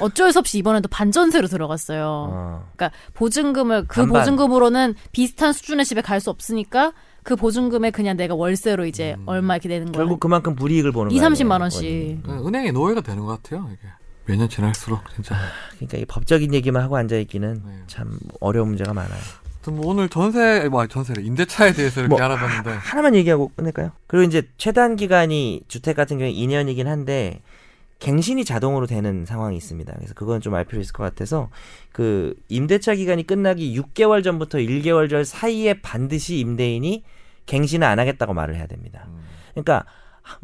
Speaker 3: 어쩔 수 없이 이번에도 반전세로 들어갔어요.
Speaker 2: 어.
Speaker 3: 그러니까 보증금을 그
Speaker 2: 반반.
Speaker 3: 보증금으로는 비슷한 수준의 집에 갈 수 없으니까 그 보증금에 그냥 내가 월세로 이제
Speaker 1: 음.
Speaker 3: 얼마 이렇게 내는 거예요.
Speaker 2: 결국 그만큼 불이익을 보는
Speaker 3: 2,
Speaker 2: 거예요.
Speaker 3: 30만 원씩.
Speaker 2: 음.
Speaker 1: 그냥 은행의 노예가 되는 것 같아요. 이게 몇 년 지날수록 진짜.
Speaker 2: 그러니까 이 법적인 얘기만 하고 앉아 있기는
Speaker 1: 네.
Speaker 2: 참 어려운 문제가 많아요.
Speaker 1: 아무튼 뭐 오늘 전세 뭐 아니, 전세래 임대차에 대해서 이렇게
Speaker 2: 뭐,
Speaker 1: 알아봤는데
Speaker 2: 하나만 얘기하고 끝낼까요? 그리고 이제 최단 기간이 주택 같은 경우에 2년이긴 한데 갱신이 자동으로 되는 상황이 있습니다. 그래서 그건 좀 알 필요 있을 것 같아서 그 임대차 기간이 끝나기 6개월 전부터 1개월 전 사이에 반드시 임대인이 갱신을 안 하겠다고 말을 해야 됩니다. 그러니까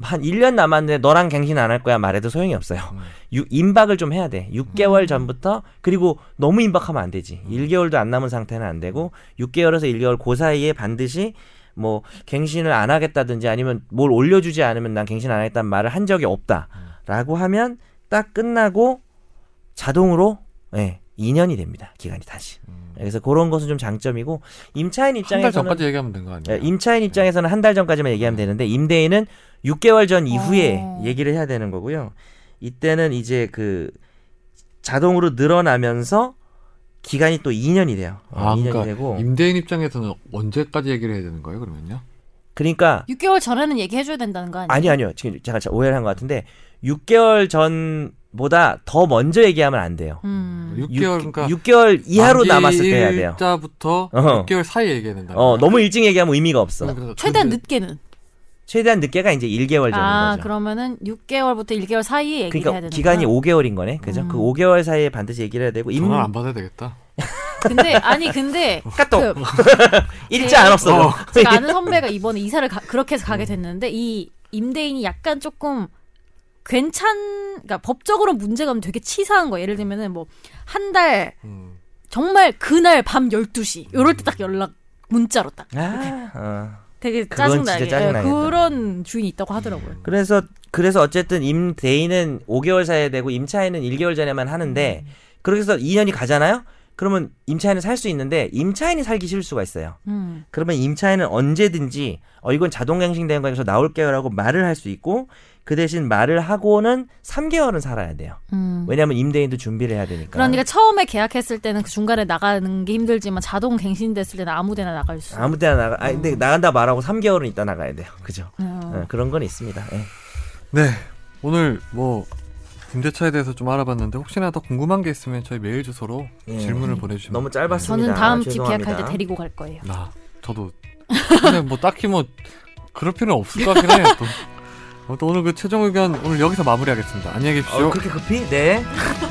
Speaker 2: 한 1년 남았는데 너랑 갱신 안 할 거야 말해도 소용이 없어요.
Speaker 1: 음.
Speaker 2: 유- 임박을 좀 해야 돼. 6개월 전부터 그리고 너무 임박하면 안 되지. 1개월도 안 남은 상태는 안 되고 6개월에서 1개월 그 사이에 반드시 뭐 갱신을 안 하겠다든지 아니면 뭘 올려주지 않으면 난 갱신 안 하겠다는 말을 한 적이 없다라고 하면 딱 끝나고 자동으로 예 2년이 됩니다 기간이 다시 그래서 그런 것은 좀 장점이고
Speaker 1: 음. 한
Speaker 2: 임차인
Speaker 1: 달
Speaker 2: 입장에서는
Speaker 1: 전까지 음. 얘기하면 된 거 아니에요?
Speaker 2: 예, 임차인 입장에서는 한 달 전까지만 얘기하면 되는데 임대인은 6개월 전 이후에
Speaker 3: 어.
Speaker 2: 얘기를 해야 되는 거고요. 이때는 이제 그 자동으로 늘어나면서 기간이 또 2년이 돼요.
Speaker 1: 아,
Speaker 2: 2년이
Speaker 1: 그러니까
Speaker 2: 되고
Speaker 1: 임대인 입장에서는 언제까지 얘기를 해야 되는 거예요? 그러면요?
Speaker 2: 그러니까
Speaker 3: 6개월 전에는 얘기해줘야 된다는 거 아니에요?
Speaker 2: 아니 아니요. 지금 제가 자- 오해를 한 것 같은데 6개월 전보다 더 먼저 얘기하면 안 돼요.
Speaker 3: 음.
Speaker 1: 6개월 그러니까
Speaker 2: 6개월 이하로 남았을 때 해야 돼요.
Speaker 1: 일자부터
Speaker 2: 어허.
Speaker 1: 6개월 사이에 얘기해야 된다.
Speaker 2: 어, 너무 일찍 얘기하면 의미가 없어.
Speaker 1: 그래서
Speaker 3: 최대한
Speaker 1: 근데
Speaker 3: 늦게는.
Speaker 2: 최대한 늦게가 이제 1개월 전인
Speaker 3: 아
Speaker 2: 거죠.
Speaker 3: 그러면은 6개월부터 1개월 사이에 얘기를 해야
Speaker 2: 그러니까
Speaker 3: 되는
Speaker 2: 기간이 5개월인 거네. 그죠?
Speaker 3: 음.
Speaker 2: 그 5개월 사이에 반드시 얘기를 해야 되고
Speaker 1: 전화를 안 받아야 되겠다.
Speaker 3: 근데
Speaker 2: (laughs)
Speaker 3: 아니 근데
Speaker 2: 까똑.
Speaker 3: 그
Speaker 2: 일자 안 없어.
Speaker 1: 어.
Speaker 3: 제가 아는 선배가 이번에 이사를 가- 그렇게 해서
Speaker 2: 음.
Speaker 3: 가게 됐는데 이 임대인이 약간 조금 괜찮, 그러니까 법적으로 문제가 면 되게 치사한 거예요. 예를 들면은 뭐 한 달
Speaker 1: 음.
Speaker 3: 정말 그날 밤 12시 요럴 때 딱 연락 문자로 딱
Speaker 2: (laughs) 아, 어.
Speaker 3: 되게
Speaker 2: 그건
Speaker 3: 짜증나게
Speaker 2: 진짜 짜증나겠다.
Speaker 3: 예, 그런 주인이 있다고 하더라고요.
Speaker 2: 그래서 그래서 어쨌든 임대인은 5개월 사이에 되고 임차인은 1개월 전에만 하는데
Speaker 3: 음.
Speaker 2: 그렇게 해서 2년이 가잖아요. 그러면 임차인은 살 수 있는데 임차인이 살기 싫을 수가 있어요.
Speaker 3: 음.
Speaker 2: 그러면 임차인은 언제든지 어 이건 자동 갱신된 거에서 나올게요라고 말을 할 수 있고 그 대신 말을 하고는 3개월은 살아야 돼요.
Speaker 3: 음.
Speaker 2: 왜냐하면 임대인도 준비를 해야 되니까.
Speaker 3: 그러니까 처음에 계약했을 때는 그 중간에 나가는 게 힘들지만 자동 갱신됐을 때는 아무데나 나갈 수.
Speaker 2: 아무 때나 나가. 아 근데 나간다 말하고 3개월은 있다 나가야 돼요. 그죠?
Speaker 3: 어.
Speaker 2: 어, 그런 건 있습니다. 예.
Speaker 1: 네. 오늘 네. 뭐 임대차에 대해서 좀 알아봤는데 혹시나 더 궁금한 게 있으면 저희 메일 주소로
Speaker 2: 예.
Speaker 1: 질문을 보내주시면
Speaker 2: 너무 짧았습니다.
Speaker 3: 저는 다음 집
Speaker 2: 죄송합니다.
Speaker 3: 계약할 때 데리고 갈 거예요.
Speaker 1: 나 저도 근데 뭐 딱히 뭐 그럴 필요는 없을 것 같긴 해요. 또. 아무튼 오늘 그 최종 의견 오늘 여기서 마무리하겠습니다. 안녕히 계십시오.
Speaker 2: 어, 그렇게 급히? 어, 네.